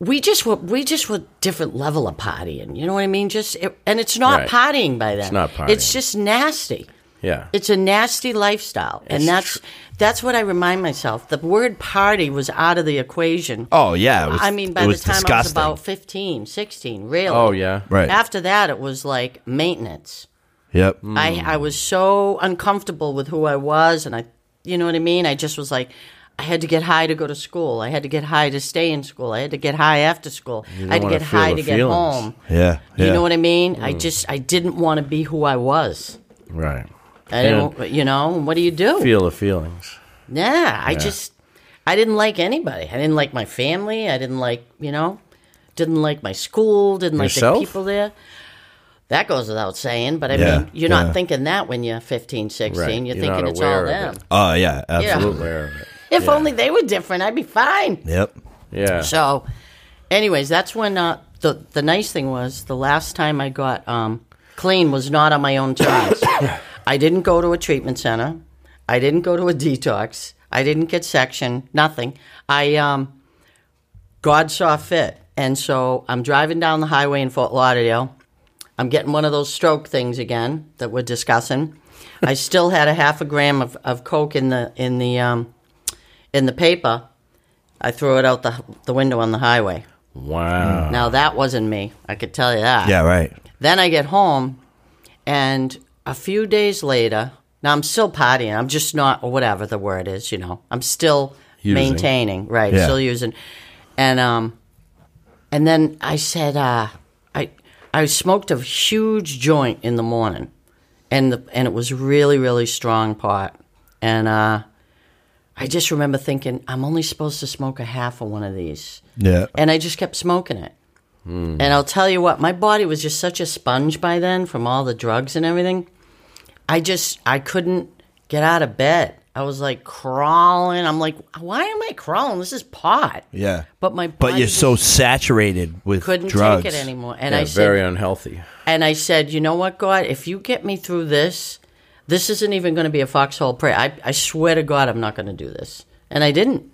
E: we just were we just were different level of partying. You know what I mean? Just it, and it's not
A: Right.
E: partying by then. It's
A: not partying.
E: It's just nasty.
A: Yeah.
E: It's a nasty lifestyle, and that's that's what I remind myself. The word party was out of the equation.
D: Oh yeah. It was,
E: I mean, by
D: it
E: the
D: was
E: time I was
D: disgusting.
E: about 15, 16, really.
A: oh yeah.
D: Right.
E: After that, it was like maintenance.
D: Yep.
E: I, I was so uncomfortable with who I was, and I, you know what I mean? I just was like, I had to get high to go to school. I had to get high to stay in school. I had to get high after school. I had to
A: wanna
E: get
A: feel
E: high
A: the
E: to get
A: feelings.
E: home.
D: Yeah.
E: You
D: yeah. Hmm.
E: know what I mean? I just, I didn't want to be who I was.
A: Right.
E: I
A: And
E: didn't, you know, what do you do?
A: feel the feelings.
E: Yeah, I just I didn't like anybody. I didn't like my family. I didn't like you know, didn't like my school. Didn't like
A: Yourself?
E: the people there. That goes without saying, but I
D: Yeah,
E: mean, you're
D: yeah.
E: not thinking that when you're 15, 16.
A: Right,
E: You're,
A: you're
E: thinking
A: not
E: it's
A: aware
E: all
A: of
E: them.
A: it.
D: Oh yeah.
E: Yeah.
D: Absolutely.
A: Aware of it.
E: If only they were different, I'd be fine.
D: Yep.
A: Yeah.
E: So, anyways, that's when uh, the the nice thing was the last time I got um, clean was not on my own terms. I didn't go to a treatment center. I didn't go to a detox. I didn't get section. Nothing. I um, God saw fit, and so I'm driving down the highway in Fort Lauderdale. I'm getting one of those stroke things again that we're discussing. I still had a half a gram of, of coke in the in the um, in the paper. I threw it out the the window on the highway.
A: wow.
E: Now that wasn't me. I could tell you that.
D: Yeah. Right.
E: Then I get home, and a few days later, now I'm still partying. I'm just not, or whatever the word is, you know. I'm still
A: Using.
E: maintaining, right?
D: Yeah.
E: Still using, and um, and then I said, uh, I I smoked a huge joint in the morning, and the, and it was really really strong pot, and uh, I just remember thinking I'm only supposed to smoke a half of one of these,
D: Yeah.
E: and I just kept smoking it. And I'll tell you what, my body was just such a sponge by then from all the drugs and everything. I just I couldn't get out of bed. I was like crawling. I'm like, why am I crawling? This is pot.
D: Yeah.
E: But my
D: But
E: body
D: you're
E: just
D: so saturated with
E: couldn't
D: drugs.
E: take it anymore. And
A: Yeah,
E: I said,
A: very unhealthy.
E: and I said, you know what, God, if you get me through this, this isn't even going to be a foxhole prayer. I, I swear to God, I'm not going to do this. And I didn't.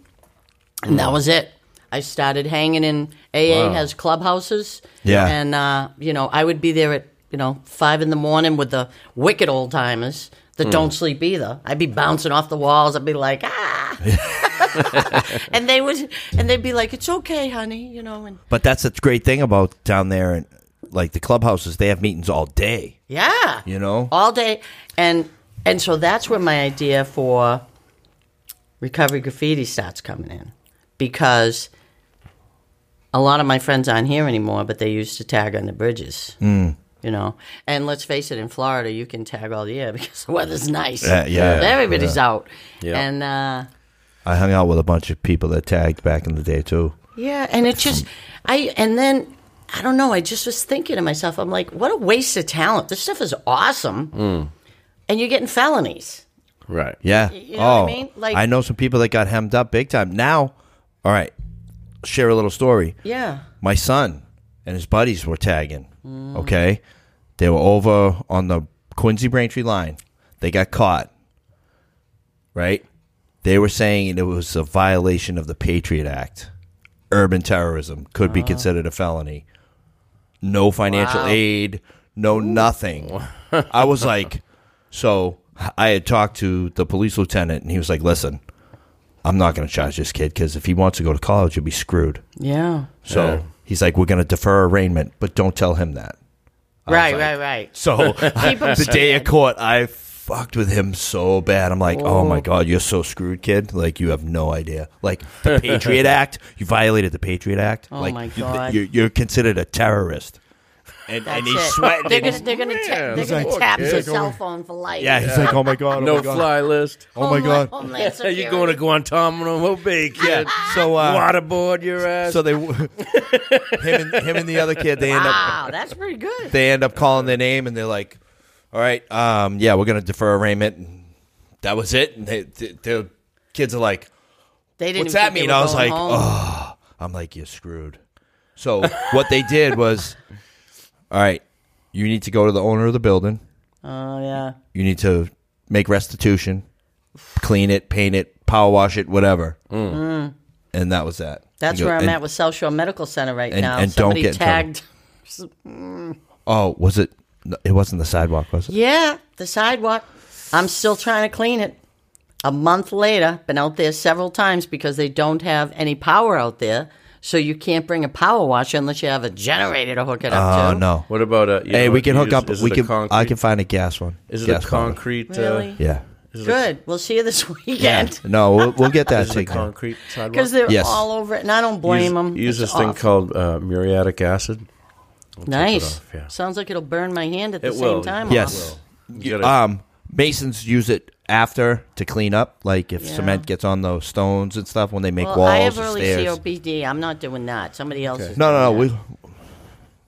E: And that was it. I started hanging in. AA has clubhouses.
D: Yeah.
E: And, uh, you know, I would be there at, you know, five in the morning with the wicked old timers that don't sleep either. I'd be bouncing off the walls. I'd be like, ah. *laughs* and they would, and they'd be like, it's okay, honey, you know, and
D: But that's the great thing about down there, and like the clubhouses, they have meetings all day.
E: Yeah.
D: You know?
E: All day and and so that's where my idea for recovery graffiti starts coming in because a lot of my friends aren't here anymore, but they used to tag on the bridges.
D: Hmm.
E: Mm. You know, and let's face it, in Florida, you can tag all year *laughs* because the weather's nice.
D: Yeah, yeah,
E: everybody's out.
A: Yeah.
E: And uh,
D: I hung out with a bunch of people that tagged back in the day too.
E: yeah, and it just I and then I don't know, I just was thinking to myself, I'm like, what a waste of talent. This stuff is awesome. And you're getting felonies.
A: Right.
D: Yeah.
E: you know what I
D: oh,
E: mean? Like-
D: I know some people that got hemmed up big time. Now, all right, share a little story.
E: Yeah.
D: My son and his buddies were tagging. Okay, they were over on the Quincy Braintree line. They got caught. Right, they were saying it was a violation of the Patriot Act. Urban terrorism could be considered a felony. No financial
E: Wow.
D: aid. No nothing. I was like, so I had talked to the police lieutenant, and he was like, "Listen, I'm not going to charge this kid because if he wants to go to college, he'll be screwed."
E: Yeah.
D: So he's like, "We're going to defer arraignment, but don't tell him that."
E: Right, right, right.
D: So *laughs*
E: *laughs* Keep 'em
D: the day of court, I fucked with him so bad. I'm like, "Oh my
E: Oh.
D: god, you're so screwed, kid! Like you have no idea. Like the
E: *laughs*
D: Patriot Act, you violated the Patriot Act.
E: Oh
D: like,
E: my
D: you-
E: God.
D: you're, you're considered a terrorist." And,
E: That's
D: and he's
E: it.
D: sweating.
E: They're gonna, they're gonna, ta- they're
D: He's
E: gonna
D: like,
E: tap
D: yeah,
E: his
D: go
E: cell
D: on.
E: phone for life.
D: yeah, he's like, "Oh my god, oh
A: No
D: my god.
A: fly list.
E: *laughs*
D: Oh my
E: Homeland-
D: god. *laughs*
E: Homeland
A: *laughs* You're going to
E: Security.
A: Guantanamo Bay, kid.
D: So uh,
A: Waterboard your ass.
D: So they, *laughs* him and him and the other kid, they end
E: *laughs*
D: up
E: Wow, that's pretty good.
D: they end up calling their name, and they're like, "All right, um, yeah, we're gonna defer arraignment." And that was it. And they, the, the kids are like,
E: They didn't
D: "What's
E: even
D: that
E: think they
D: mean?"
E: were
D: I was
E: going
D: like,
E: home.
D: "Oh," I'm like, "You're screwed." So *laughs* what they did was, "All right, you need to go to the owner of the building.
E: oh yeah.
D: You need to make restitution, clean it, paint it, power wash it, whatever." And that was that.
E: Mm. That's
D: You go-
E: where I'm
D: and-
E: at with South Shore Medical Center right
D: and-
E: now.
D: and don't
E: Somebody
D: get in trouble.
E: tagged.
D: Oh, was it? no, It wasn't the sidewalk, was it?
E: Yeah, the sidewalk. I'm still trying to clean it. A month later, been out there several times because they don't have any power out there, so you can't bring a power washer unless you have a generator to hook it up
D: Oh
E: to.
D: no.
A: what about a? You
D: Hey,
A: know,
D: we can
A: you
D: hook
A: use-
D: up.
A: Is
D: We
A: it a
D: can. I
A: concrete-
D: can find a gas one.
A: Is it
D: Gas
A: a
D: bottle.
A: concrete?
E: Really?
A: Uh,
D: Yeah.
E: Good. We'll see you this *laughs* weekend.
D: No, we'll, we'll get that
A: is it a
D: taken.
A: concrete sidewalk?
E: Because they're
D: Yes.
E: all over it, and I don't blame
A: use,
E: them.
A: Use this thing called uh, muriatic acid.
E: nice.
A: off, yeah.
E: Sounds like it'll burn my hand at the
A: It
E: same
A: will.
E: time. off.
D: Yes.
A: You gotta-
D: Um, masons use it after to clean up, like if
E: Yeah.
D: cement gets on the stones and stuff when they make
E: Well,
D: walls
E: I have
D: or
E: early
D: stairs.
E: COPD. I'm not doing that. Somebody else. Is
D: No, no, no.
E: doing that.
D: We,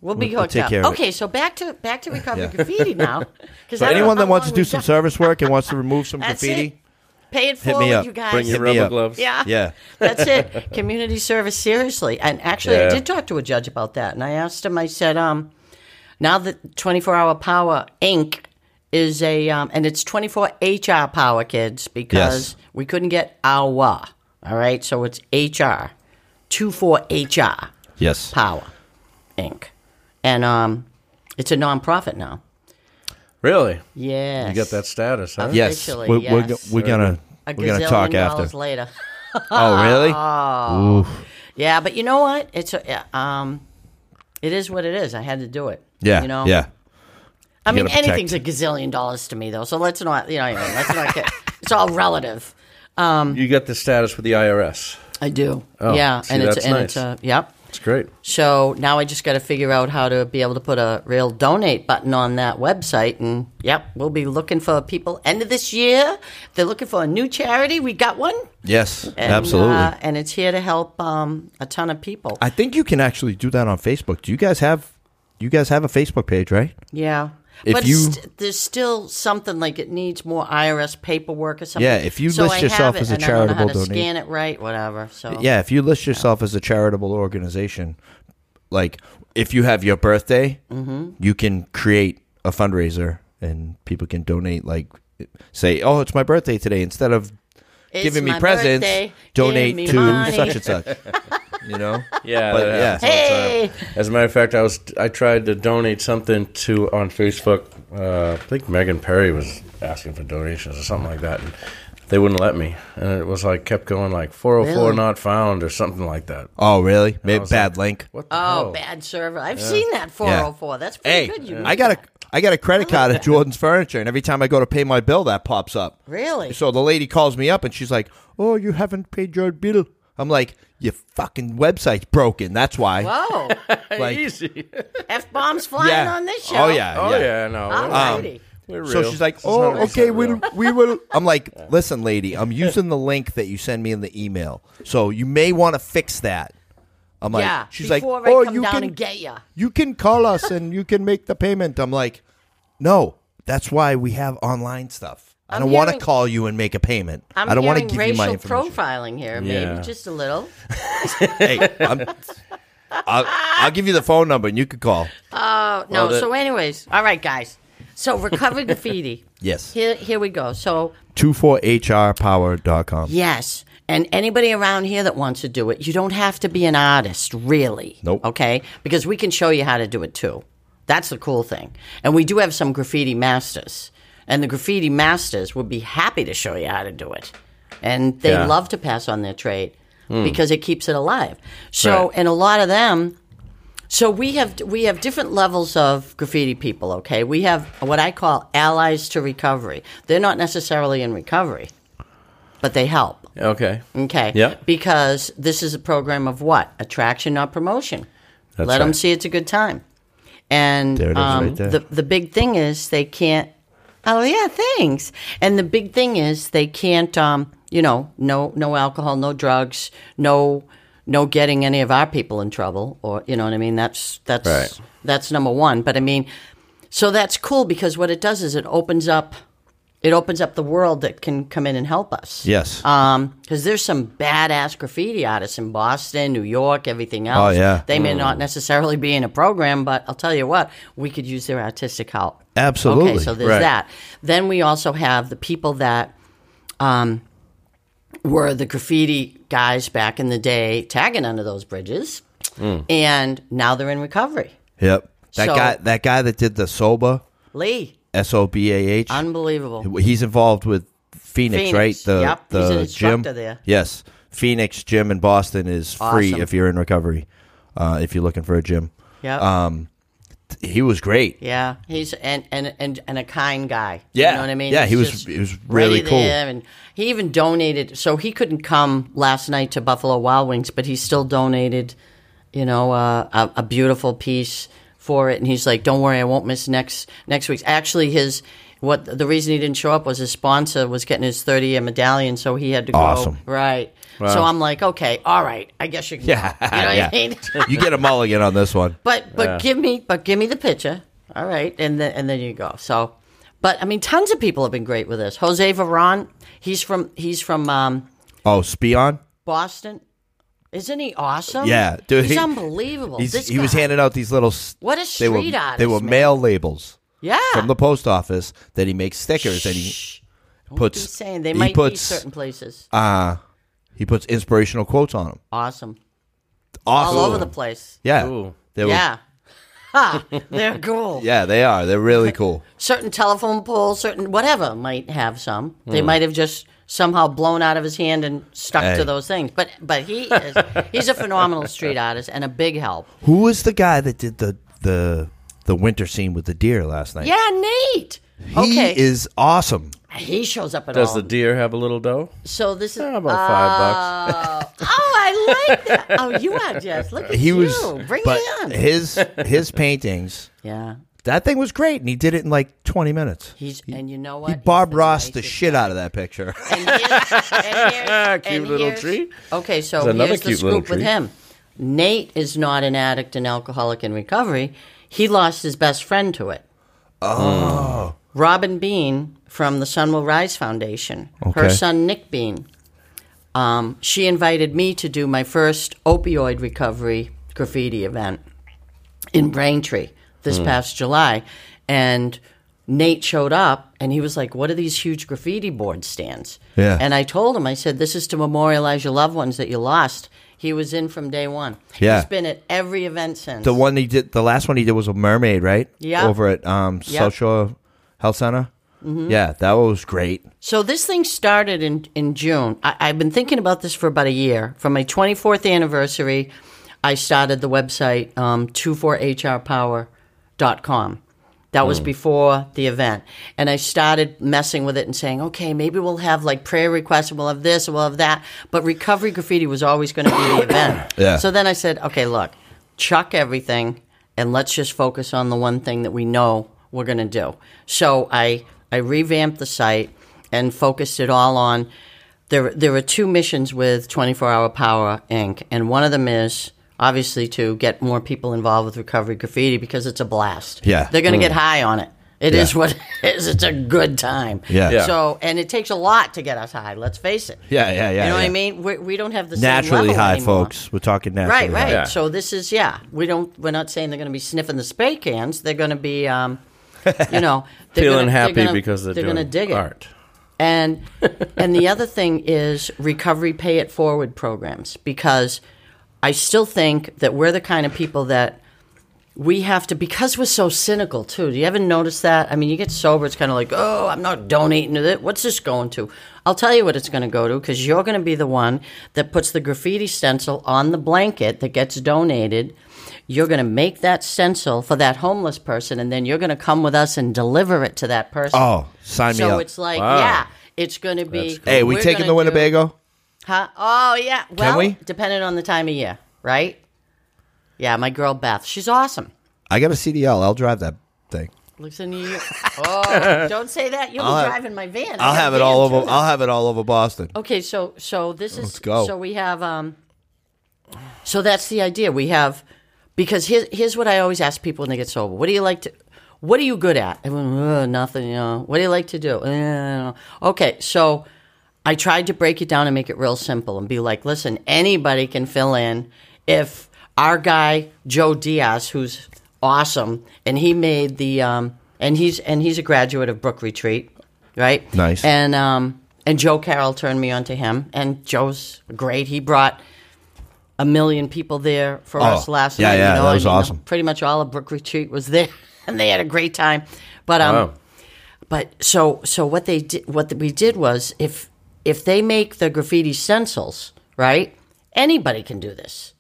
E: We'll be
D: we'll
E: hooked
D: take
E: up.
D: care of it.
E: okay, so back to back to
D: *laughs*
E: recovery
D: Yeah. *laughs*
E: graffiti now. Because
D: so anyone that wants to do some service work and wants to remove some
E: That's
D: graffiti,
E: it. pay it
D: me
E: forward,
D: up.
E: you guys.
A: Bring your
D: Hit me
A: rubber
D: up.
E: *laughs*
A: gloves.
E: yeah,
D: yeah.
E: That's it. Community service, seriously. And actually, I
A: Yeah.
E: did talk to a judge about that, and I asked him. I said, um, now that 24 Hour Power Inc. is a, um, and it's 24 HR Power Kids because
D: Yes.
E: we couldn't get hour. All right, so it's HR, 24 HR
D: Yes.
E: Power Inc. And um, it's a nonprofit now.
A: really?
E: Yes,
A: You got that status, huh?
E: Yeah.
D: Yes.
E: Officially,
D: We're, we're,
E: yes.
D: we're gonna
E: A
D: we're gonna
E: gazillion
D: talk after.
E: dollars Ah, later. *laughs*
D: Oh, really?
E: Yeah, but you know what? It's a, yeah, um, it is what it is. I had to do it.
D: Yeah.
E: you know.
D: Yeah.
E: I mean,
D: gotta protect-
E: anything's a gazillion dollars to me, though. So let's not, you know, what I mean? let's not get. It's all relative.
A: You got the status with the IRS.
E: I do. yeah,
A: see,
D: Oh,
E: and it's
A: that's
E: and
A: nice.
E: it's a yep.
A: It's great.
E: So now I just got to figure out how to be able to put a real donate button on that website. And yep, we'll be looking for people end of this year. If they're looking for a new charity. We got one.
D: Yes,
E: And,
D: absolutely.
E: uh, and it's here to help um, a ton of people.
D: I think you can actually do that on Facebook. Do you guys have you guys have a Facebook page, right?
E: yeah.
D: If
E: but
D: you-
E: it's st- there's still something like it needs more IRS paperwork or something.
D: Yeah, if you
E: so
D: list
E: I
D: yourself
E: have it
D: as a
E: and I don't know how
D: charitable
E: to
D: donate-
E: scan it right, whatever. So
D: Yeah, if you list yourself as a charitable organization, like if you have your birthday,
E: Mm-hmm.
D: you can create a fundraiser and people can donate like say, "Oh, it's my birthday today." Instead of
E: It's
D: giving me
E: my
D: presents,
E: birthday.
D: donate
E: Give me
D: to
E: money.
D: such and
E: *laughs*
D: such. you know?
A: Yeah,
D: But,
A: that
D: yeah.
A: happens all the time.
E: Hey,
A: As a matter of fact, I was I tried to donate something to on Facebook. Uh, I think Megan Perry was asking for donations or something like that, and they wouldn't let me. And it was like kept going like 404
E: Really?
A: not found or something like that.
D: Oh, really? Maybe
A: was
D: bad
A: like,
D: link.
A: What the
E: oh,
A: hell?
E: bad server. I've seen that 404. That's pretty
D: Hey,
E: good. You
D: I got a I got a credit card at Jordan's Furniture, and every time I go to pay my bill, that pops up.
E: Really?
D: So the lady calls me up, and she's like, "Oh, you haven't paid your bill." I'm like, "Your fucking website's broken. That's why."
E: Whoa.
D: *laughs* Like,
A: Easy.
E: F bombs flying
D: yeah.
E: on this show.
D: Oh yeah.
A: Oh yeah, no. we're-
E: Alrighty.
A: we're
D: So
A: real.
D: she's like,
A: This is
D: "Oh,
A: not really
D: okay,
A: that
D: we
A: real."
D: we
A: *laughs*
D: will." I'm like, "Listen, lady, I'm using the link that you send me in the email, so you may want to fix that." I'm like,
E: yeah.
D: she's like,
E: Before
D: "Oh,
E: I come
D: you
E: down
D: can
E: and get you.
D: you can call us and you can make the payment. I'm like, no, that's why we have online stuff. I
E: I'm
D: don't want to
E: hearing-
D: call you and make a payment.
E: I'm
D: I don't want to
E: hearing
D: give
E: racial
D: you my information.
E: profiling here, maybe
A: Yeah.
E: just a little.
D: hey, I'm, I'll, I'll give you the phone number and you can call.
E: Oh, No,
A: that-
E: so anyways, all right, guys.
D: *laughs*
E: So recovered graffiti.
D: Yes.
E: Here, here we go. So
D: 24hrpower.com.
E: Yes. And anybody around here that wants to do it, you don't have to be an artist, really.
D: Nope.
E: Okay? Because we can show you how to do it too. That's the cool thing. And we do have some graffiti masters. And the graffiti masters would be happy to show you how to do it. And they
A: Yeah.
E: love to pass on their trade because it keeps it alive. So,
A: Hmm. Right.
E: and a lot of them so we have we have different levels of graffiti people, okay? We have what I call allies to recovery. They're not necessarily in recovery, but they help.
A: Okay.
E: Okay.
A: Yeah.
E: Because this is a program of what? Attraction, not promotion.
A: That's
E: Let them
A: right.
E: see it's a good time. And
D: There it is
E: um,
D: right there.
E: the the big thing is they can't. Oh yeah, thanks. And the big thing is they can't. Um, you know, no no alcohol, no drugs, no no getting any of our people in trouble, or you know what I mean. That's that's
A: Right.
E: that's number one. But I mean, so that's cool because what it does is it opens up. It opens up the world that can come in and help us
D: Yes.
E: Uh, because there's some badass graffiti artists in Boston, New York, everything else.
D: Oh, yeah.
E: They may not necessarily be in a program, but I'll tell you what, we could use their artistic help.
D: Absolutely.
E: Okay, so there's
A: Right.
E: that. Then we also have the people that um, were the graffiti guys back in the day tagging under those bridges,
D: Mm.
E: and now they're in recovery.
D: yep. That
E: so-
D: guy that guy that did the SOBA,
E: Lee,
D: S O B A H.
E: unbelievable.
D: He's involved with Phoenix,
E: Phoenix,
D: right? The
E: yep.
D: the
E: He's an
D: gym.
E: instructor there.
D: Yes. Phoenix gym in Boston is free
E: Awesome.
D: if you're in recovery. Uh, if you're looking for a gym.
E: Yep.
D: Um he was great.
E: Yeah, he's and and and, and a kind guy.
D: Yeah.
E: you know what I mean.
D: Yeah,
E: He's
D: he was-
E: just
D: he was really
E: ready
D: cool.
E: there, and he even donated. So he couldn't come last night to Buffalo Wild Wings, but he still donated. You know, uh, a, a beautiful piece for it, and he's like, "Don't worry, I won't miss next next week's." Actually, his what the reason he didn't show up was his sponsor was getting his 30 year medallion, so he had to go.
D: Awesome.
E: Right. So I'm like, okay, all right, I guess you can.
D: *laughs* Yeah.
E: go. You know what I mean? *laughs*
D: you get a mulligan on this one.
E: But but give me but give me the picture. All right, and then and then you go. So, but I mean, tons of people have been great with this. Jose Varon, he's from he's from um,
D: Oh, Spion?
E: Boston. Isn't he awesome?
D: Yeah, dude,
E: he's
D: he-
E: unbelievable.
D: He's-
E: this
D: he was
E: guy.
D: handing out these little. s-
E: What a
D: they were,
E: street artist,
D: They were
E: man.
D: mail labels
E: yeah
D: from the post office that he makes stickers and he
E: Shh.
D: puts.
E: He's saying they
D: he
E: might be
D: puts,
E: certain places.
D: Uh, he puts inspirational quotes on them.
E: awesome,
D: Awesome.
E: all over the place.
D: Yeah.
A: Ooh.
D: They were,
E: Yeah, ha, they're cool.
D: *laughs* Yeah, they are. They're
E: *laughs*
D: really cool.
E: certain telephone poles, certain whatever might have some. They might have just somehow blown out of his hand and stuck
D: Hmm. Hey.
E: to those things. But but he is he's
D: *laughs*
E: a phenomenal street artist and a big help.
D: Who was the guy that did the the the winter scene with the deer last night?
E: Yeah, Nate.
D: He
E: okay.
D: is awesome.
E: He shows up at
A: Does
E: all.
A: the deer have a little dough?
E: so this is
A: Ah, about five
E: Oh, oh, I
D: *laughs*
E: like that. Oh, you are Jess. Look at
D: He
E: you.
D: was,
E: Bring
D: but
E: it on.
D: his his paintings.
E: yeah,
D: That thing was great, and he did it in like twenty minutes.
E: he's and you know what?
D: He
E: He's
D: Bob
E: the
D: Ross the
E: nicest
D: shit
E: guy.
D: out of that picture.
E: And here's, and here's,
A: Cute
E: and
A: little
E: here's-
A: treat.
E: Okay, so
A: There's another
E: here's the
A: cute little
E: scoop with
A: treat.
E: him. Nate is not an addict and alcoholic in recovery. He lost his best friend to it. Oh. Robin Bean from the Sun Will Rise Foundation.
D: Okay.
E: Her son Nick Bean. Um, she invited me to do my first opioid recovery graffiti event in Braintree
A: Hmm.
E: this past July, and Nate showed up and he was like, "What are these huge graffiti board stands?"
D: Yeah.
E: And I told him, I said, "This is to memorialize your loved ones that you lost." He was in from day one.
D: Yeah.
E: He's been at every event since.
D: The one he did, the last one he did was a mermaid, right?
E: Yeah.
D: Over at um,
E: Yeah.
D: Social Health Center.
E: Mm-hmm.
D: Yeah, that was great.
E: So this thing started in in June. I, I've been thinking about this for about a year. For my 24th anniversary, I started the website um, 24hrpower.com. That
D: Hmm.
E: was before the event, and I started messing with it and saying, "Okay, maybe we'll have like prayer requests, and we'll have this, and we'll have that." But recovery graffiti was always going to be
D: *coughs*
E: the event.
D: Yeah.
E: So then I said, "Okay, look, chuck everything, and let's just focus on the one thing that we know we're going to do." So I I revamped the site and focused it all on there there are two missions with 24 hour power inc and one of them is obviously to get more people involved with recovery graffiti because it's a blast
D: Yeah. Mm.
E: they're going to get high on it It is
D: Yeah.
E: what it is it's a good time
D: Yeah. Yeah.
E: so and it takes a lot to get us high let's face it
D: Yeah, yeah, yeah,
E: you know what
D: yeah.
E: i mean we, we don't have the
D: Naturally
E: same level
D: high,
E: anymore.
D: folks. We're talking naturally
E: right right
D: high.
A: Yeah.
E: so this is yeah we don't we're not saying they're going to be sniffing the spray cans they're going to be um you know
A: *laughs*
E: they're
A: Feeling
E: gonna-
A: happy
E: gonna-
A: because they're,
E: they're
A: doing
E: gonna dig it
A: art.
E: and and the other thing is recovery pay it forward programs because I still think that we're the kind of people that we have to because we're so cynical too. Do you ever notice that? I mean, you get sober, it's kind of like, oh, I'm not donating to that. What's this going to? I'll tell you what it's going to go to because you're going to be the one that puts the graffiti stencil on the blanket that gets donated. You're going to make that stencil for that homeless person, and then you're going to come with us and deliver it to that person.
D: Oh, sign me
E: So
D: up.
E: it's like,
A: Wow.
E: yeah, it's going to be.
A: That's cool.
D: hey, we
E: we're
D: taking
E: gonna
D: the Winnebago?
E: Do, huh? Oh yeah. Well,
D: we?
E: depending on the time of year, right? Yeah, my girl Beth, she's awesome.
D: I got a CDL. I'll drive that thing.
E: Looks
D: *laughs*
E: in you. Oh, don't say that. You'll
D: I'll
E: be
D: have-
E: driving my van. I
D: I'll
E: got a
D: have it
E: van,
D: all over.
E: too.
D: I'll have it all over Boston.
E: Okay, so so this is
D: Let's go.
E: so we have um so that's the idea. We have because here's here's what I always ask people when they get sober. What do you like to what are you good at? Everyone, "Uh, nothing, you know. What do you like to do? "Uh, I don't know." Okay, so I tried to break it down and make it real simple and be like, listen, anybody can fill in if our guy Joe Diaz, who's awesome, and he made the um and he's and he's a graduate of Brook Retreat, right?
D: Nice.
E: And um and Joe Carroll turned me on to him and Joe's great. He brought a million people there for us last
D: Oh, yeah,
E: night.
D: yeah,
E: you know?
D: that
E: I
D: was
E: mean,
D: awesome.
E: Pretty much all of Brook Retreat was there, *laughs* and they had a great time. But um,
A: Wow.
E: but so so what they did what we did was if if they make the graffiti stencils right, anybody can do this.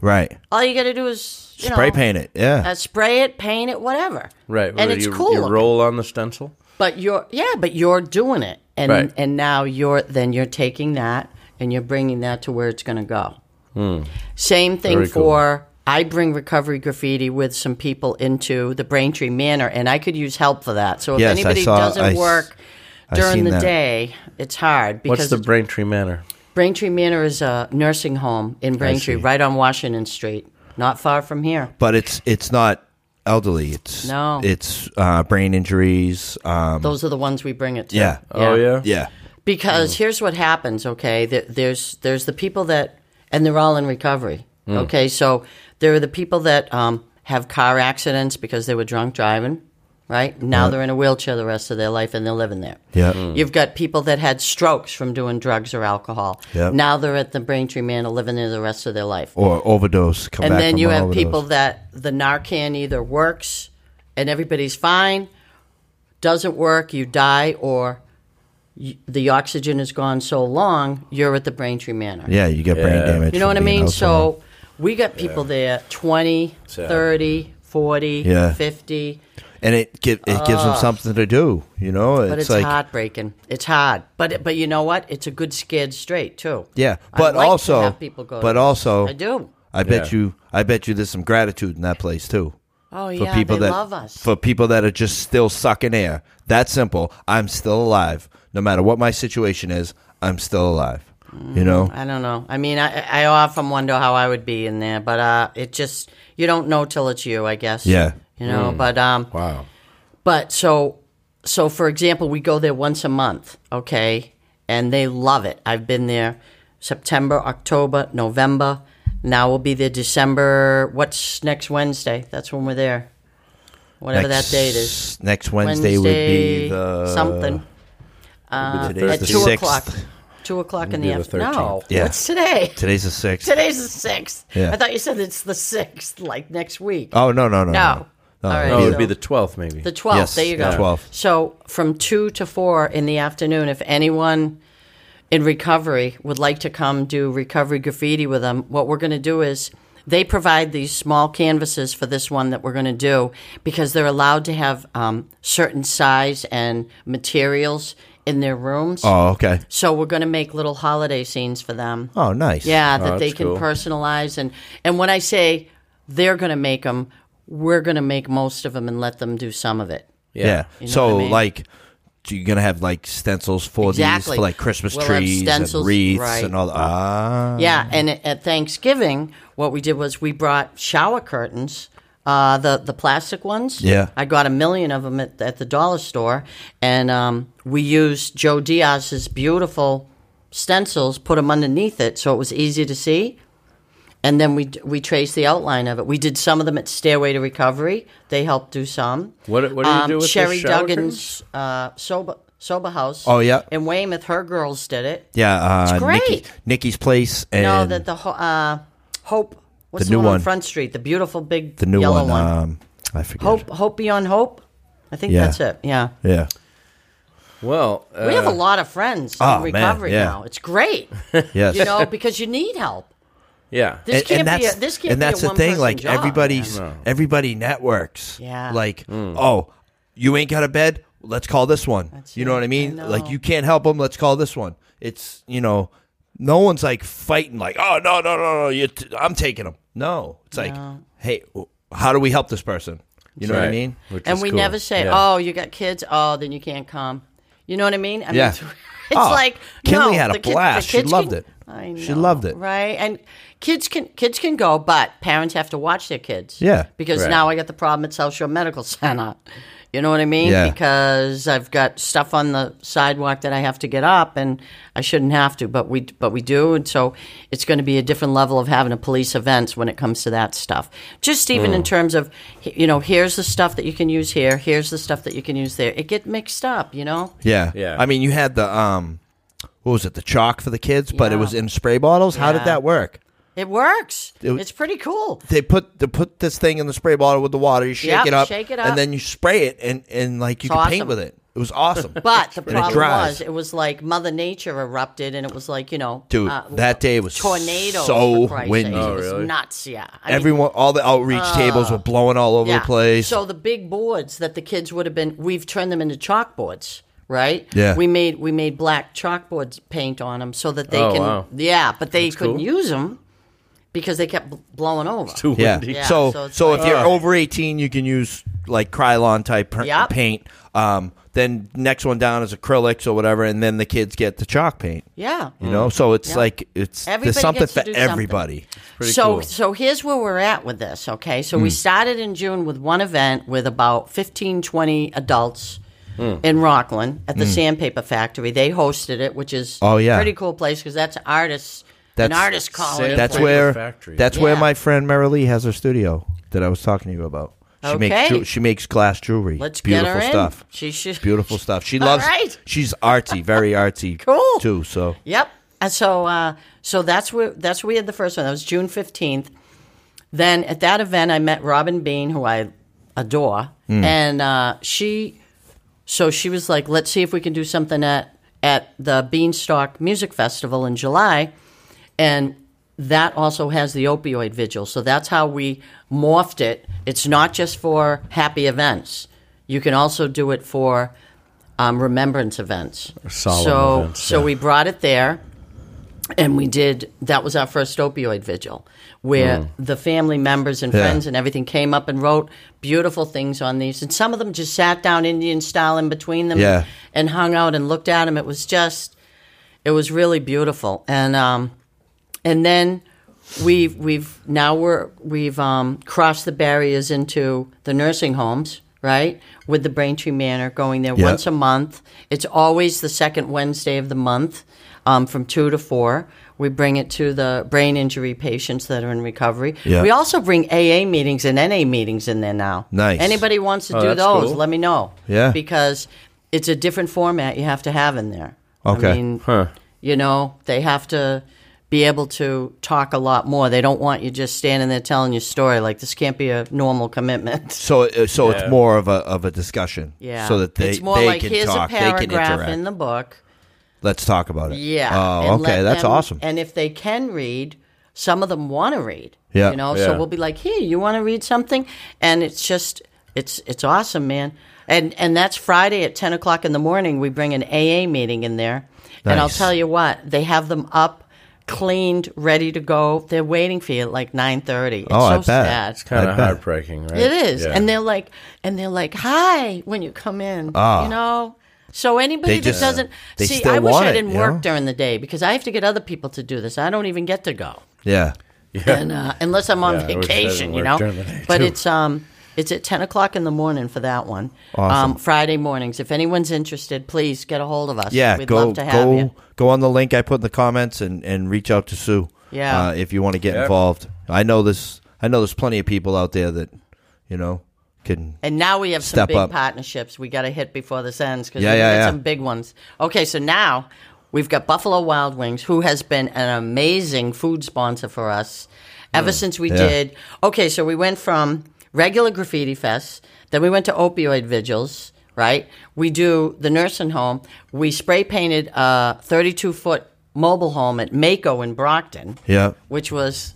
D: Right.
E: All you got to do is you
D: Spray
E: know,
D: paint it. Yeah.
E: uh, spray it, paint it, whatever.
A: Right.
E: and
A: where
E: it's
A: you,
E: cool.
A: You
E: looking.
A: roll on the stencil.
E: But you're yeah, but you're doing it, and
A: Right.
E: and now you're then you're taking that and you're bringing that to where it's going to go.
D: Hmm.
E: Same thing
A: Very cool.
E: for I bring recovery graffiti with some people into the Braintree Manor, and I could use help for that. So if
D: Yes, I
E: anybody
D: saw-
E: doesn't
D: I s-
E: work
D: I
E: during
D: seen
E: the
D: that.
E: day, it's hard because
A: What's the
E: it's-
A: Braintree Manor?
E: Braintree Manor is a nursing home in
A: see.
E: Braintree, right on Washington Street, not far from here.
D: But it's it's not elderly. It's
E: No.
D: It's uh, brain injuries. Um,
E: Those are the ones we bring it to.
D: Yeah.
A: Oh yeah.
D: yeah.
E: because here's what happens okay There- there's there's the people that and they're all in recovery okay so there are the people that um, have car accidents because they were drunk driving right now they're in a wheelchair the rest of their life and they're living there Mm.
D: Yeah.
E: You've got people that had strokes from doing drugs or alcohol.
D: Yep.
E: Now they're at the Braintree Manor living there the rest of their life.
D: Or overdose. Come
E: and
D: back
E: then
D: from
E: you
D: an
E: have
D: overdose.
E: people that the Narcan either works and everybody's fine, doesn't work, you die, or y the oxygen is gone so long, you're at the Braintree Manor.
D: Yeah, you get brain
A: Yeah.
D: damage.
E: You know
D: from
E: what I
D: being
E: mean?
D: out long.
E: So we got people there 20,
A: Sad.
E: 30, 40,
D: Yeah.
E: 50.
D: and it gi- it gives them something to do. You know,
E: But it's,
D: like
E: heartbreaking. It's hard, but but you know what? It's a good scared straight too.
D: yeah,
E: I
D: but
E: like to
D: also,
E: have people go
D: but
E: to-
D: also,
E: I do.
D: I bet
A: Yeah.
D: you, I bet you, there's some gratitude in that place too.
E: Oh
D: for
E: yeah,
D: people
E: they
D: that
E: love us.
D: for people that are just still sucking air. That simple. I'm still alive, no matter what my situation is. I'm still alive. You know,
E: Mm, I don't know. I mean, I I often wonder how I would be in there, but uh, it just you don't know till it's you, I guess.
D: Yeah. Mm.
E: You know, but um,
A: Wow.
E: But so, so for example, we go there once a month, okay, and they love it. I've been there September, October, November. Now we'll be there December. What's next Wednesday? That's when we're there. Whatever
D: next,
E: that date is.
D: Next Wednesday, would be
E: Wednesday
D: the
E: something
A: Would be the
E: at
A: Thursday.
D: the
E: two
D: sixth.
E: o'clock. Two o'clock in the
A: It'll be the
E: afternoon. No,
A: 13th.
D: Yeah.
E: it's today.
D: Today's the sixth.
E: Today's the sixth.
D: Yeah.
E: I thought you said it's the sixth, like next week.
D: Oh no no no
E: No.
D: no.
E: All right.
A: Oh,
D: it'd
A: it
D: be
A: would
E: so-
A: be the 12th, maybe.
E: The 12th.
D: Yes,
E: there you go.
D: the 12th.
E: So from 2 to 4 in the afternoon, if anyone in recovery would like to come do recovery graffiti with them, what we're going to do is they provide these small canvases for this one that we're going to do because they're allowed to have um, certain size and materials in their rooms.
D: Oh, okay.
E: So we're going to make little holiday scenes for them.
D: Oh, nice.
E: Yeah, that they
A: that's
E: can
A: cool.
E: personalize and and when I say they're going to make them, we're going to make most of them and let them do some of it.
D: Yeah.
E: know
D: so,
E: what I mean?
D: like, so you're going to have, like, stencils for
E: Exactly.
D: these, for, like, Christmas
E: We'll have
D: trees
E: stencils,
D: and wreaths
E: right.
D: and all that. Ah.
E: Yeah, and at- at Thanksgiving, what we did was we brought shower curtains. Uh, the the plastic ones.
D: Yeah.
E: I got a million of them at, at the dollar store, and um, we used Joe Diaz's beautiful stencils, put them underneath it, so it was easy to see. and then we d- we traced the outline of it. We did some of them at Stairway to Recovery. They helped do some. Um,
A: What- what do you do with the
E: Sherry
A: shower
E: Duggan's uh, soba soba house?
D: Oh, yeah.
E: in Weymouth, her girls did it.
D: Yeah. Uh,
E: It's great.
D: Nikki, Nikki's Place and
E: No, that the ho- uh, Hope. What's
D: The
E: the,
D: new
E: one,
D: one.
E: on Front Street? The beautiful big
D: the new
E: yellow
D: one.
E: one.
D: Um, I forget.
E: Hope Hope Beyond Hope. I think
D: Yeah.
E: that's it. Yeah.
D: Yeah.
A: well,
E: We have a
A: uh,
E: lot of friends
D: oh, man,
E: in recovery
D: yeah.
E: now.
D: *laughs*
E: It's great,
D: Yes.
E: you know, because you need help.
A: yeah.
E: This can't be
D: that's,
E: a this can't
D: and
E: be
D: that's
E: a
D: the thing.
E: one-person
D: Like
E: job, man.
D: everybody's, everybody networks.
E: Yeah.
D: Like,
A: Mm.
D: oh, you ain't got a bed. Let's call this one. you know
E: it.
D: what I
E: I
D: mean?
E: know.
D: like you can't help them. Let's call this one. It's you know, no one's like fighting. Like, oh no no no no, you t- I'm taking them. No, it's like, hey, w- how do we help this person? You know what I
A: Right.
D: mean?
A: Which
E: and
A: is
E: we
A: cool.
E: never say,
A: Yeah.
E: "Oh, you got kids? Oh, then you can't come." You know what I mean? I mean,
D: Yeah.
E: *laughs* it's, it's
D: Oh,
E: like
D: Kinley
E: no,
D: had a
E: the kid- the
D: blast. She
E: kids
D: loved
E: can-
D: it.
E: I
D: She
E: know,
D: loved it.
E: right? And kids can kids can go, but parents have to watch their kids.
D: Yeah.
E: because
A: Right.
E: now I got the problem at South Shore Medical Center. You know what I mean?
D: Yeah.
E: Because I've got stuff on the sidewalk that I have to get up, and I shouldn't have to, but we but we do, and so it's going to be a different level of having a police events when it comes to that stuff. Just even
D: Hmm.
E: in terms of, you know, here's the stuff that you can use here, here's the stuff that you can use there. It get mixed up, you know.
D: Yeah.
A: Yeah.
D: I mean, you had the um, what was it? The chalk for the kids, but it
E: Yeah.
D: was in spray bottles. How did
E: Yeah.
D: that work?
E: It works.
D: It-
E: it's pretty cool.
D: they put they put this thing in the spray bottle with the water. You shake
E: Yep,
D: it up,
E: shake it up.
D: and then you spray it, and and like you
E: It's
D: can paint
E: awesome.
D: with it. It was awesome.
E: *laughs* But the
D: And it
E: problem
D: dries.
E: was, it was like Mother Nature erupted, and it was like you know, uh,
D: Dude, that day was
E: tornadoes.
D: so
E: for Christ's
D: windy.
E: sakes.
D: Oh,
E: It was
A: really?
E: nuts. Yeah, I mean,
D: everyone, all the outreach tables were blowing all over
E: yeah.
D: the place.
E: So the big boards that the kids would have been, we've turned them into chalkboards, right?
D: Yeah.
E: we made we made black chalkboards paint on them so that they
A: Oh,
E: can,
A: wow.
E: yeah, but they couldn't
A: cool.
E: use them because they kept bl- blowing over.
A: *laughs* Too
D: yeah.
A: windy.
E: Yeah,
D: So
E: so
D: so,
E: it's like-
D: if you're over 18, you can use like Krylon type per-
E: Yep.
D: paint. Um, then next one down is acrylics or whatever, and then the kids get the chalk paint.
E: yeah,
A: Mm,
D: You know, so it's
E: Yeah.
D: like it's there's
E: Mm. Everybody
D: something
E: gets to
D: for
E: do something.
D: everybody.
A: Pretty
E: so
A: cool.
E: so here's where we're at with this okay so
D: Mm.
E: we started in june with one event with about 15 20 adults
A: Mm.
E: in rockland at the sandpaper factory they hosted it which is
D: Mm. Oh, yeah.
E: a pretty cool place because that's artists an
D: That's-
E: artist college
A: Sand-
D: That's
A: Flavor
D: where
A: Factory.
D: that's where
E: Yeah.
D: my friend Mary Lee has her studio that I was talking to you about. She makes
E: Okay.
D: ju- she makes glass jewelry.
E: let's
D: beautiful
E: get her
D: stuff.
E: in she should
D: Beautiful stuff. She
E: All
D: loves.
E: right.
D: She's artsy, very artsy.
E: *laughs* Cool.
D: too. So
E: Yep. And so uh, so that's where that's where we had the first one. That was June fifteenth. Then at that event, I met Robin Bean, who I adore,
A: Hmm.
E: and uh, she. So she was like, "Let's see if we can do something at at the Beanstalk Music Festival in July," and that also has the opioid vigil. So that's how we morphed it. It's not just for happy events. You can also do it for um, remembrance events.
A: solemn
E: so,
A: events,
E: so
A: yeah.
E: we brought it there, and we did. That was our first opioid vigil, where the family members and
D: Mm. Yeah.
E: friends and everything came up and wrote beautiful things on these, and some of them just sat down Indian style in between them,
D: Yeah.
E: and hung out and looked at them. It was just, it was really beautiful, and um, and then we've we've now we're we've um, crossed the barriers into the nursing homes right with the braintree manor going there
D: Yeah.
E: once a month it's always the second wednesday of the month um, from two to four we bring it to the brain injury patients that are in recovery
D: Yeah.
E: we also bring aa meetings and na meetings in there now
D: Nice.
E: anybody wants to do
A: Oh, that's
E: those
A: cool.
E: let me know
D: Yeah.
E: because it's a different format you have to have in there
D: Okay.
E: I mean,
A: Huh.
E: you know, they have to be able to talk a lot more. They don't want you just standing there telling your story. Like this can't be a normal commitment. *laughs*
D: So, uh, so
A: Yeah.
D: it's more of a of a discussion.
E: Yeah.
D: So that they
E: it's more
D: they
E: like
D: can
E: here's
D: talk,
E: a paragraph
D: they can interact.
E: in the book.
D: Let's talk about it.
E: Yeah.
D: Oh,
E: and
D: okay,
E: let
D: that's
E: them-
D: awesome.
E: And if they can read, some of them want to read.
D: Yeah,
E: You know,
A: yeah.
E: so we'll be like, here, you want to read something? And it's just, it's it's awesome, man. And and that's Friday at ten o'clock in the morning. We bring an AA meeting in there, and I'll
D: Nice.
E: tell you what, they have them up. Cleaned, ready to go. They're waiting for you at like nine thirty. It's
D: Oh, I
E: so
D: bet.
E: sad.
A: It's kind
D: I
A: of
D: bet.
A: heartbreaking, right?
E: It is,
A: Yeah.
E: and they're like, and they're like, "Hi" when you come in.
D: Ah.
E: You know, so anybody
D: They just-
E: that doesn't
D: they
E: see,
D: still
E: I wish
D: want
E: I
D: it,
E: didn't
D: you
E: work
D: know?
E: during the day because I have to get other people to do this. I don't even get to go,
D: yeah.
E: and uh, unless I'm on
A: Yeah, I wish I
E: vacation,
A: didn't
E: you
A: work
E: know.
A: during the day,
E: But
A: too.
E: it's um, it's at ten o'clock in the morning for that one.
D: Awesome.
E: Um, Friday mornings. If anyone's interested, please get a hold of us.
D: Yeah,
E: we'd
D: go
E: love to have
D: go
E: you.
D: go on the link I put in the comments and, and reach out to Sue.
E: Yeah.
D: uh, if you want to get
A: Yeah.
D: involved, I know this. I know there's plenty of people out there that you know can.
E: And now we have some
D: Step
E: big
D: up.
E: partnerships. We got to hit before this ends because
D: Yeah,
E: we
D: yeah,
E: got
D: yeah.
E: some big ones. Okay, so now we've got Buffalo Wild Wings, who has been an amazing food sponsor for us ever since we
D: Hmm. yeah.
E: did. Okay, so we went from regular graffiti fests, then we went to opioid vigils. Right, we do the nursing home. We spray painted a 32 foot mobile home at Mako in Brockton,
D: Yeah,
E: which was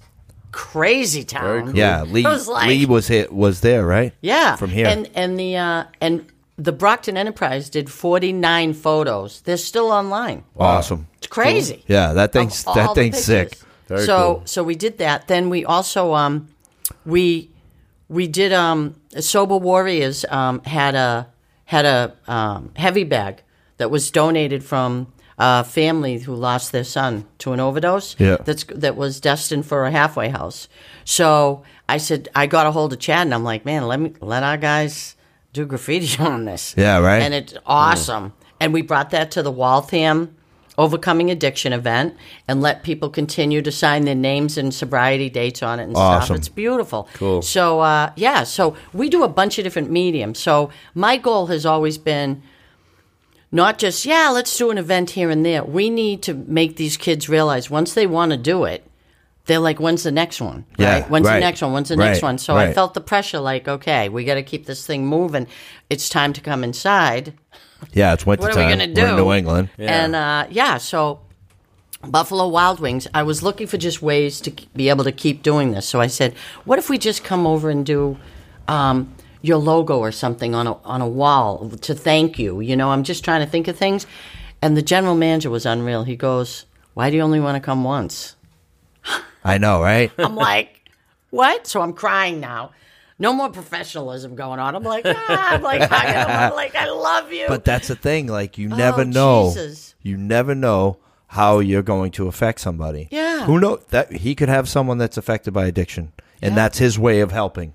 E: crazy town.
A: Very cool.
D: yeah. Lee
E: *laughs* It was like-
D: Lee was hit was there, right?
E: Yeah,
D: from here.
E: And and the uh, and the Brockton Enterprise did forty nine photos. They're still online.
D: awesome.
E: It's crazy.
D: Yeah, that
E: Of
D: thing's
E: all
D: that
E: the
D: thing's sick.
E: pictures.
A: Very
E: so
A: cool.
E: so we did that. Then we also um, we we did um, sober warriors um, had a had a um, heavy bag that was donated from a family who lost their son to an overdose
D: Yeah.
E: that's that was destined for a halfway house so i said i got a hold of chad and i'm like man let me let our guys do graffiti *laughs* on this
D: Yeah, right.
E: and it's awesome and we brought that to the waltham overcoming addiction event and let people continue to sign their names and sobriety dates on it and
D: Awesome.
E: stuff it's beautiful. Cool. So uh, yeah, so we do a bunch of different mediums. So my goal has always been not just yeah, let's do an event here and there. We need to make these kids realize once they want to do it, they're like, when's the next one?
D: Yeah,
E: right? When's
D: right,
E: the next one? When's the
D: right,
E: next one? So I
D: right.
E: felt the pressure, like, okay, we got to keep this thing moving. It's time to come inside.
D: Yeah, it's winter
E: What are we
D: time.
E: gonna
D: We're in
E: do?
D: New England.
E: And uh, yeah, so Buffalo Wild Wings, I was looking for just ways to k- be able to keep doing this. So I said, what if we just come over and do um, your logo or something on a, on a wall to thank you? You know, I'm just trying to think of things. And the general manager was unreal. He goes, why do you only want to come once?
D: I know, right?
E: I'm like, what? So I'm crying now. No more professionalism going on. I'm like, ah, I'm like, hugging him. I'm like, I love you.
D: But that's the thing. Like you never
E: Oh,
D: know.
E: Jesus.
D: You never know how you're going to affect somebody.
E: Yeah.
D: Who knows that he could have someone that's affected by addiction, and that's his way of helping.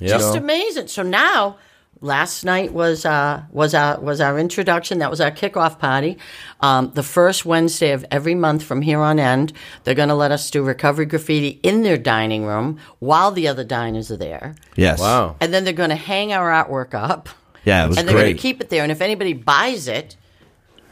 E: just amazing. So now, last night was uh, was our was our introduction. That was our kickoff party. Um, the first Wednesday of every month from here on end, they're going to let us do recovery graffiti in their dining room while the other diners are there,
D: Yes.
A: Wow.
E: and then they're going to hang our artwork up.
D: Yeah, it was
E: and they're going
D: great.
E: to keep it there. And if anybody buys it.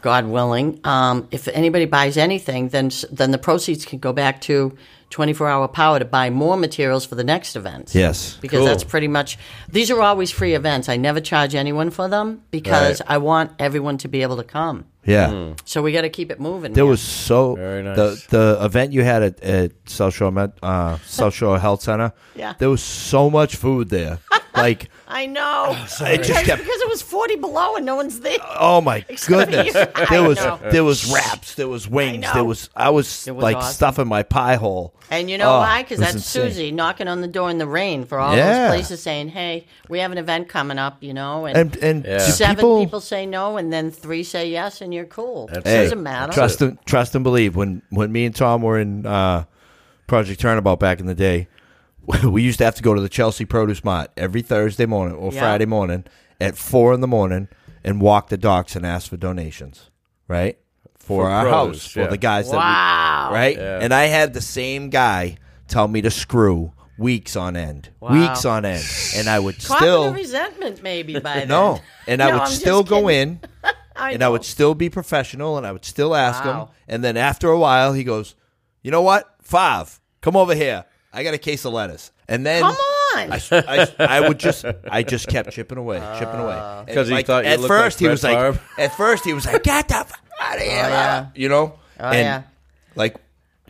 E: God willing, um, if anybody buys anything, then s- then the proceeds can go back to 24 Hour Power to buy more materials for the next event
D: yes.
E: because
A: Cool.
E: that's pretty much these are always free events. I never charge anyone for them because I want everyone to be able to come.
D: Yeah.
E: So we got to keep it moving.
D: There
E: man.
D: was so
A: Hmm. Very nice.
D: the the event you had at, at South Shore Med, uh, South Shore Health Center.
E: *laughs* Yeah. *laughs*
D: There was so much food there. Like, *laughs*
E: I know.
D: it just
E: Because
D: kept.
E: because it was 40 below and no one's there.
D: Oh my
E: Except
D: goodness!
E: you. *laughs* I
D: There was
E: know.
D: there was wraps, there was wings,
E: know.
D: there was I was,
E: It was
D: like
E: awesome.
D: stuffing my pie hole.
E: And you know
D: Oh,
E: why? 'Cause why? Because
D: it was
E: that's
D: insane.
E: Susie knocking on the door in the rain for all
D: Yeah.
E: those places saying, hey, we have an event coming up, you know. And,
D: And and
A: Yeah.
D: do
E: seven
D: people,
E: people, say no, and then three say yes, and you're cool. It
A: Hey,
E: doesn't matter.
D: trust and trust and believe. When when me and Tom were in uh, Project Turnabout back in the day, *laughs* we used to have to go to the Chelsea Produce Mart every Thursday morning or
E: Yeah.
D: Friday morning at four in the morning and walk the docks and ask for donations, right? For,
A: For
D: our
A: produce,
D: house,
A: yeah.
D: for the guys that we
E: wow.
D: right? And I had the same guy tell me to screw weeks on end,
E: Wow.
D: weeks on end, and I would
E: Caught
D: still
E: with a resentment maybe
D: *laughs*
E: by then. *laughs*
D: no, and I
E: No,
D: would
E: I'm just
D: still go
E: kidding.
D: in,
E: I
D: and I
E: know.
D: would still be professional, and I would still ask him,
E: Wow.
D: and then after a while, he goes, "You know what, five, come over here. I got a case of lettuce." And then
E: Come on.
D: I, I, I would just I just kept chipping away, chipping
E: Ah.
D: away.
A: 'Cause he thought you
D: at
A: looked like
D: first he
A: Brett
D: was like
A: Favre.
D: *laughs* at first he was like get the f- out of here,
E: Oh, yeah.
D: you know,
E: Oh,
D: and
E: yeah.
D: like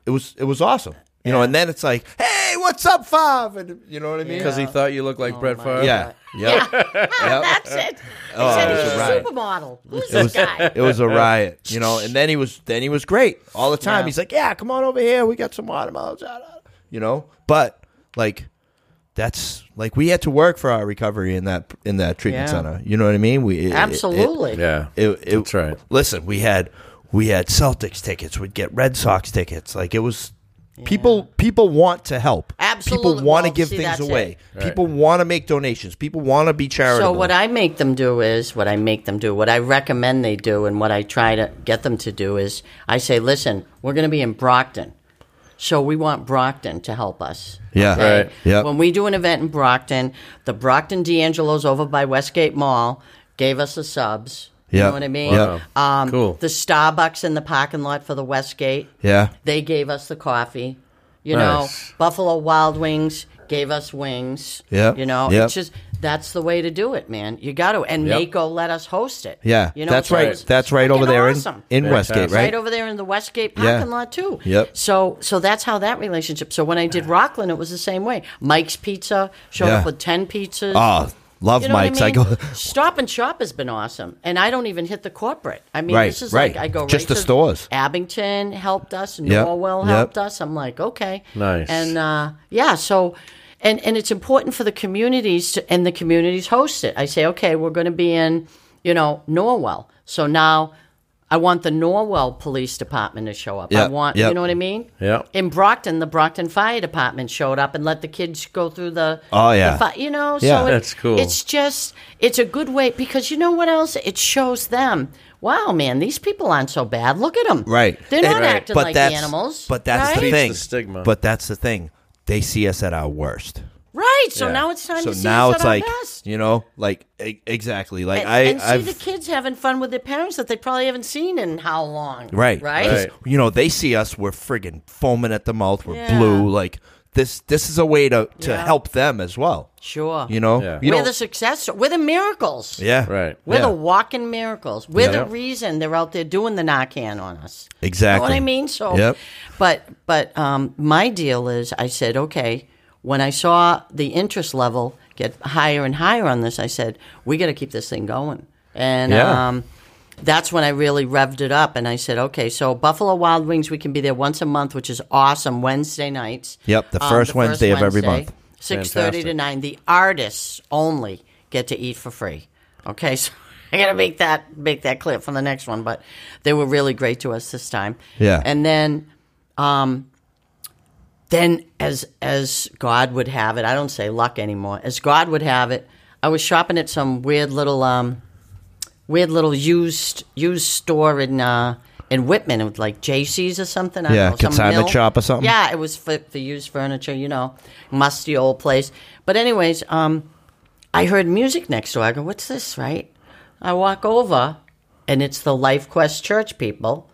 D: it was it was awesome, you know. And then it's like, hey, what's up, Fav? And you know what I mean?
A: Because he thought you looked like
E: Oh
A: Brett Favre.
D: yeah, *laughs* yeah,
E: *laughs* That's it.
D: it
E: Oh,
D: was
E: Except he's
D: a
E: a
D: riot.
E: supermodel. Who's
D: It
E: this
D: was,
E: guy?
D: it was a riot, you know. And then he was then he was great all the time.
E: Yeah.
D: He's like, yeah, come on over here. We got some watermelons, ah, ah," you know. But like. That's like we had to work for our recovery in that in that treatment
E: Yeah.
D: center. You know what I mean? We it- it- it-
E: Absolutely.
A: Yeah.
D: It, it,
A: That's right.
D: Listen, we had we had Celtics tickets. We'd get Red Sox tickets. Like it was, people people want to help.
E: Absolutely.
D: people want to
E: Well,
D: give
E: see,
D: things
E: that's
D: away.
A: Right.
D: People want to make donations. People want to be charitable.
E: So what I make them do is what I make them do, what I recommend they do, and what I try to get them to do is I say, listen, we're going to be in Brockton, so we want Brockton to help us.
D: Yeah.
E: okay?
A: Right.
D: Yep.
E: When we do an event in Brockton, the Brockton D'Angelo's over by Westgate Mall gave us the subs. You
D: Yep.
E: know what I mean?
D: Wow.
E: Um,
A: Cool.
E: The Starbucks in the parking lot for the Westgate.
D: yeah,
E: They gave us the coffee. You
A: Nice.
E: know, Buffalo Wild Wings gave us wings.
D: Yeah,
E: You know,
D: yeah.
E: it's just that's the way to do it, man. You got to. And
A: Yep.
E: Mako let us host it.
D: yeah.
E: You know,
D: that's
E: so it
D: right.
E: was
D: That's right over
E: freaking
D: there
E: awesome.
D: in, in
A: Fantastic.
D: Westgate,
E: right?
D: right?
E: over there in the Westgate parking
D: Yeah.
E: lot too.
D: Yep.
E: So so that's how that relationship. So when I did Rockland, it was the same way. Mike's Pizza showed
D: Yeah.
E: up with ten pizzas.
D: Oh, love
E: You know
D: Mike's.
E: what
D: I,
E: *laughs* I mean?
D: go.
E: Stop and Shop has been awesome, and I don't even hit the corporate. I mean,
D: Right,
E: this is
D: right.
E: like I go
D: Just
E: right
D: the
E: to-
D: stores.
E: Abington helped us.
D: Yep,
E: Norwell
D: yep.
E: helped us. I'm like, okay,
A: Nice.
E: and uh, yeah, so. And, and it's important for the communities to, and the communities host it. I say, okay, we're going to be in, you know, Norwell. So now, I want the Norwell Police Department to show up. I
D: Yep,
E: want,
D: yep.
E: you know what I mean?
A: Yeah.
E: In Brockton, the Brockton Fire Department showed up and let the kids go through the.
D: Oh,
E: the
D: yeah.
E: fi- you know,
D: Yeah.
E: so it-
A: That's cool.
E: It's just it's a good way because you know what else? It shows them. Wow, man, these people aren't so bad. Look at them.
D: Right.
E: They're
D: And-
E: not
D: Right.
E: acting like
D: that's,
E: animals.
D: But that's
E: right?
D: the
A: Beats
D: thing.
A: the stigma.
D: But that's the thing. They see us at our worst.
E: Right. So
A: Yeah.
E: now it's time
D: So
E: to see
D: now
E: us
D: it's
E: at our
D: like
E: best.
D: you know, like e- exactly. Like
E: And,
D: I,
E: and see
D: I've,
E: the kids having fun with their parents that they probably haven't seen in how long.
D: Right.
E: Right.
D: 'Cause,
A: Right.
D: You know, they see us, we're friggin' foaming at the mouth, we're
E: Yeah.
D: blue. Like this this is a way to, to
E: Yeah.
D: help them as well.
E: Sure.
D: You know?
A: Yeah.
D: You
E: we're
D: don't-
E: the success. We're the miracles.
D: yeah.
A: Right.
E: We're
D: Yeah.
E: the walking miracles. We're
A: Yeah.
E: the reason they're out there doing the Narcan on us.
D: Exactly.
E: know what I mean? So,
D: Yep.
E: but but um, my deal is, I said, okay. When I saw the interest level get higher and higher on this, I said, we got to keep this thing going. And
D: Yeah.
E: um, that's when I really revved it up. And I said, okay, so Buffalo Wild Wings, we can be there once a month, which is awesome. Wednesday nights. Um,
D: Yep, the first Wednesday of every month.
E: Six thirty to
A: Fantastic.
E: nine. The artists only get to eat for free. Okay, *laughs* so I gotta make that make that clear for the next one. But they were really great to us this time.
D: Yeah.
E: And then, um, then as as God would have it, I don't say luck anymore. As God would have it, I was shopping at some weird little um, weird little used used store in uh in Whitman, it was like JC's or something.
D: Yeah,
E: I don't know, some
D: consignment
E: mill.
D: shop or something?
E: Yeah, it was for, for used furniture, you know, musty old place. But anyways, um, I heard music next door. I go, "What's this?" Right? I walk over, and it's the Life Quest Church people.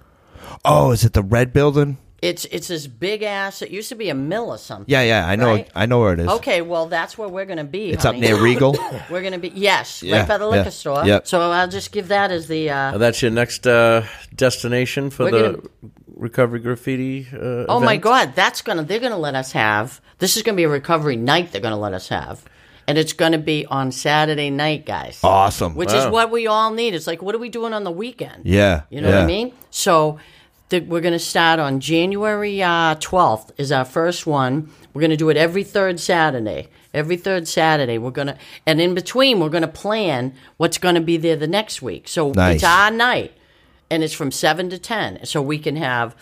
D: Oh, is it the red building?
E: It's it's this big ass. It used to be a mill or something.
D: Yeah, yeah. I know
E: Right.
D: I know where it is.
E: Okay, well that's where we're gonna be.
D: It's up
E: honey.
D: near Regal.
E: *laughs* We're gonna be yes,
D: Yeah,
E: right by the
D: yeah,
E: liquor store.
D: yep.
E: So I'll just give that as the uh,
A: And that's your next uh, destination for
E: We're
A: the
E: gonna-
A: recovery graffiti. Uh,
E: Oh my
A: event?
E: God, that's gonna they're gonna let us have. This is gonna be a recovery night. They're gonna let us have, and it's going to be on Saturday night, guys.
D: Awesome.
E: Which is what we all need. It's like, what are we doing on the weekend?
D: Yeah,
E: You know what
D: yeah.
E: I mean? So the, we're going to start on January uh, 12th is our first one. We're going to do it every third Saturday. Every third Saturday, we're going to, and in between, we're going to plan what's going to be there the next week. So
D: Nice.
E: it's our night, and it's from 7 to 10. So we can have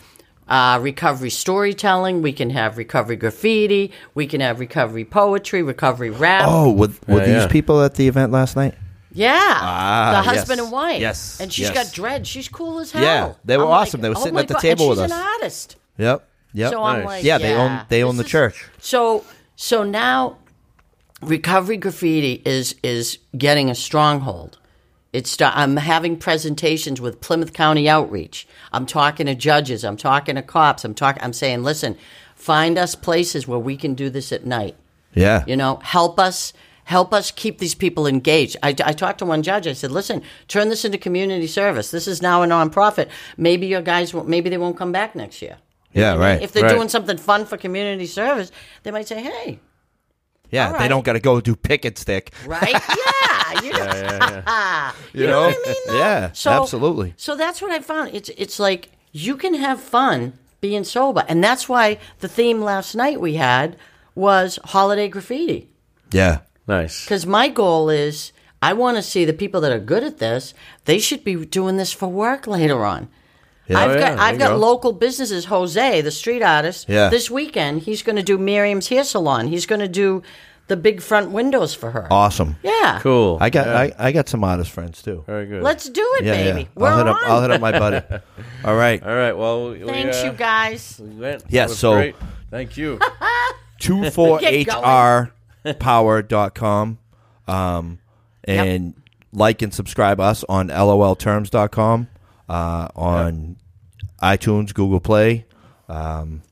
E: uh, recovery storytelling, we can have recovery graffiti, we can have recovery poetry, recovery rap.
D: Oh, with were
A: Yeah,
D: these
A: yeah.
D: people at the event last night?
E: Yeah, the husband
D: Ah, yes.
E: and wife.
D: Yes,
E: and she's
D: yes.
E: got dread. She's cool as hell.
D: Yeah, they were awesome. They were
E: oh
D: sitting
E: my
D: at the
E: God,
D: table
E: and
D: with
E: she's
D: us.
E: an artist.
D: Yep. Yep.
E: So I'm like,
D: yeah, they own they own
E: this
D: the
E: is-
D: church.
E: So so now, recovery graffiti is is getting a stronghold. It's I'm having presentations with Plymouth County Outreach. I'm talking to judges. I'm talking to cops. I'm talking. I'm saying, listen, find us places where we can do this at night.
D: Yeah.
E: You know, help us help us keep these people engaged. I, I talked to one judge. I said, "Listen, turn this into community service. This is now a nonprofit. Maybe your guys, won't, maybe they won't come back next year.
D: yeah. Right.
E: If they're
A: Right.
E: doing something fun for community service, they might say, "Hey,
D: yeah.
E: all
D: They
E: right.
D: don't got to go do picket stick.
E: right? yeah, you know,
D: You know. yeah.
E: So-
D: absolutely.
E: So that's what I found. It's it's like you can have fun being sober, and that's why the theme last night we had was holiday graffiti.
D: Yeah.
A: Nice.
E: Because my goal is I want to see the people that are good at this. They should be doing this for work later on. I've
A: Oh, yeah,
E: got
A: there
E: I've
A: you
E: got
A: go.
E: local businesses. Jose, the street artist,
D: Yeah.
E: this weekend he's going to do Miriam's hair salon. He's going to do the big front windows for her.
D: Awesome.
E: Yeah,
A: Cool.
D: I got
A: Yeah.
D: I, I got some honest friends too.
A: Very good.
E: Let's do it,
D: Yeah,
E: baby.
D: yeah.
E: We're
D: I'll hit up
E: on.
D: I'll hit up my buddy.
E: *laughs*
D: All right.
A: All right. Well, we,
E: Thanks,
A: we, uh,
E: you guys.
A: we went.
D: Yeah,
A: That was
D: so-
A: great. thank
E: *laughs*
A: you.
D: Two four hrpower.com. Um and like and subscribe us on lolterms.com uh on iTunes, Google Play,
A: Apple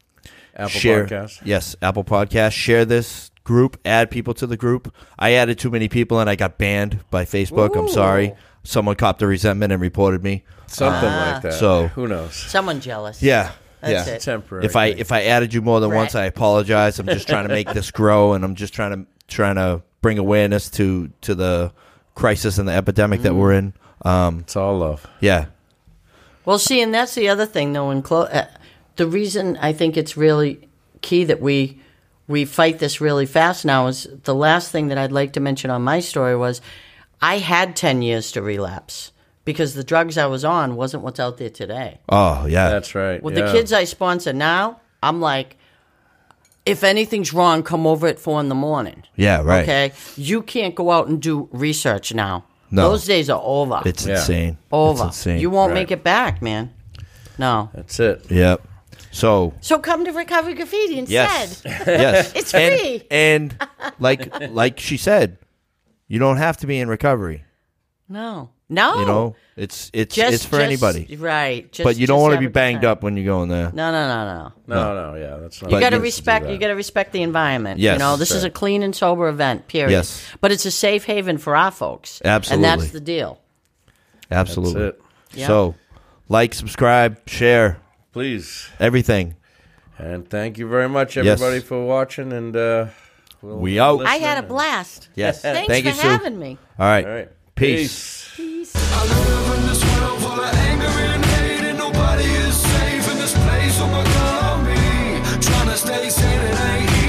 D: share
A: Podcast.
D: yes apple podcast share this group add people to the group i added too many people and i got banned by facebook i'm
E: Ooh.
D: sorry someone copped a resentment and reported me
A: Something
E: Ah.
A: like that.
D: So-
A: who knows?
E: Someone jealous.
D: yeah
E: That's
D: yeah
E: it.
A: Temporary.
D: if i if i added you more than
E: Brett.
D: once i apologize i'm just trying to
A: *laughs*
D: make this grow and i'm just trying to trying to bring awareness to to the crisis and the epidemic that
A: Mm.
D: we're in um
A: it's all love.
D: yeah
E: Well, see, and that's the other thing, though. In clo- uh, the reason I think it's really key that we we fight this really fast now is the last thing that I'd like to mention on my story was I had ten years to relapse because the drugs I was on wasn't what's out there today.
D: oh yeah
A: That's right.
E: With
A: yeah.
E: the kids I sponsor now, I'm like, if anything's wrong, come over at four in the morning.
D: yeah right
E: Okay, you can't go out and do research now.
D: No.
E: Those days are over.
D: it's
A: Yeah.
D: insane
E: over.
D: it's insane
E: You won't
A: Right.
E: make it back, man. No.
A: That's it.
D: yep so
E: So come to Recovery Graffiti instead. *laughs*
D: Yes. yes.
E: It's
D: and,
E: free.
D: And
E: *laughs*
D: like like she said, you don't have to be in recovery.
E: No. No.
D: You know? It's it's
E: just,
D: it's for
E: just-
D: anybody.
E: Right. Just,
D: But you don't
E: just
D: want to
E: have
D: be
E: a good
D: banged
E: time.
D: up when you go in there.
E: No, no, no, no.
A: No, no, yeah, that's not.
E: You
D: But
E: got to
D: yes,
E: respect. You got to respect the environment.
D: Yes,
E: you know this is a clean and sober event. Period.
D: Yes.
E: but it's a safe haven for our folks.
D: Absolutely.
E: and that's the deal.
D: Absolutely.
A: That's it.
E: Yeah.
D: So like, subscribe, share,
A: Please,
D: everything.
A: and thank you very much,
D: Yes.
A: everybody, for watching. And uh, we'll
D: We out.
E: I had a blast.
D: Yes.
E: Thanks
D: Thank
E: for
D: you, Sue.
E: having me.
D: All right.
A: All right.
D: Peace.
F: I live in this world full of anger and hate, and nobody is safe in this place. Oh my God, me trying to stay sane it ain't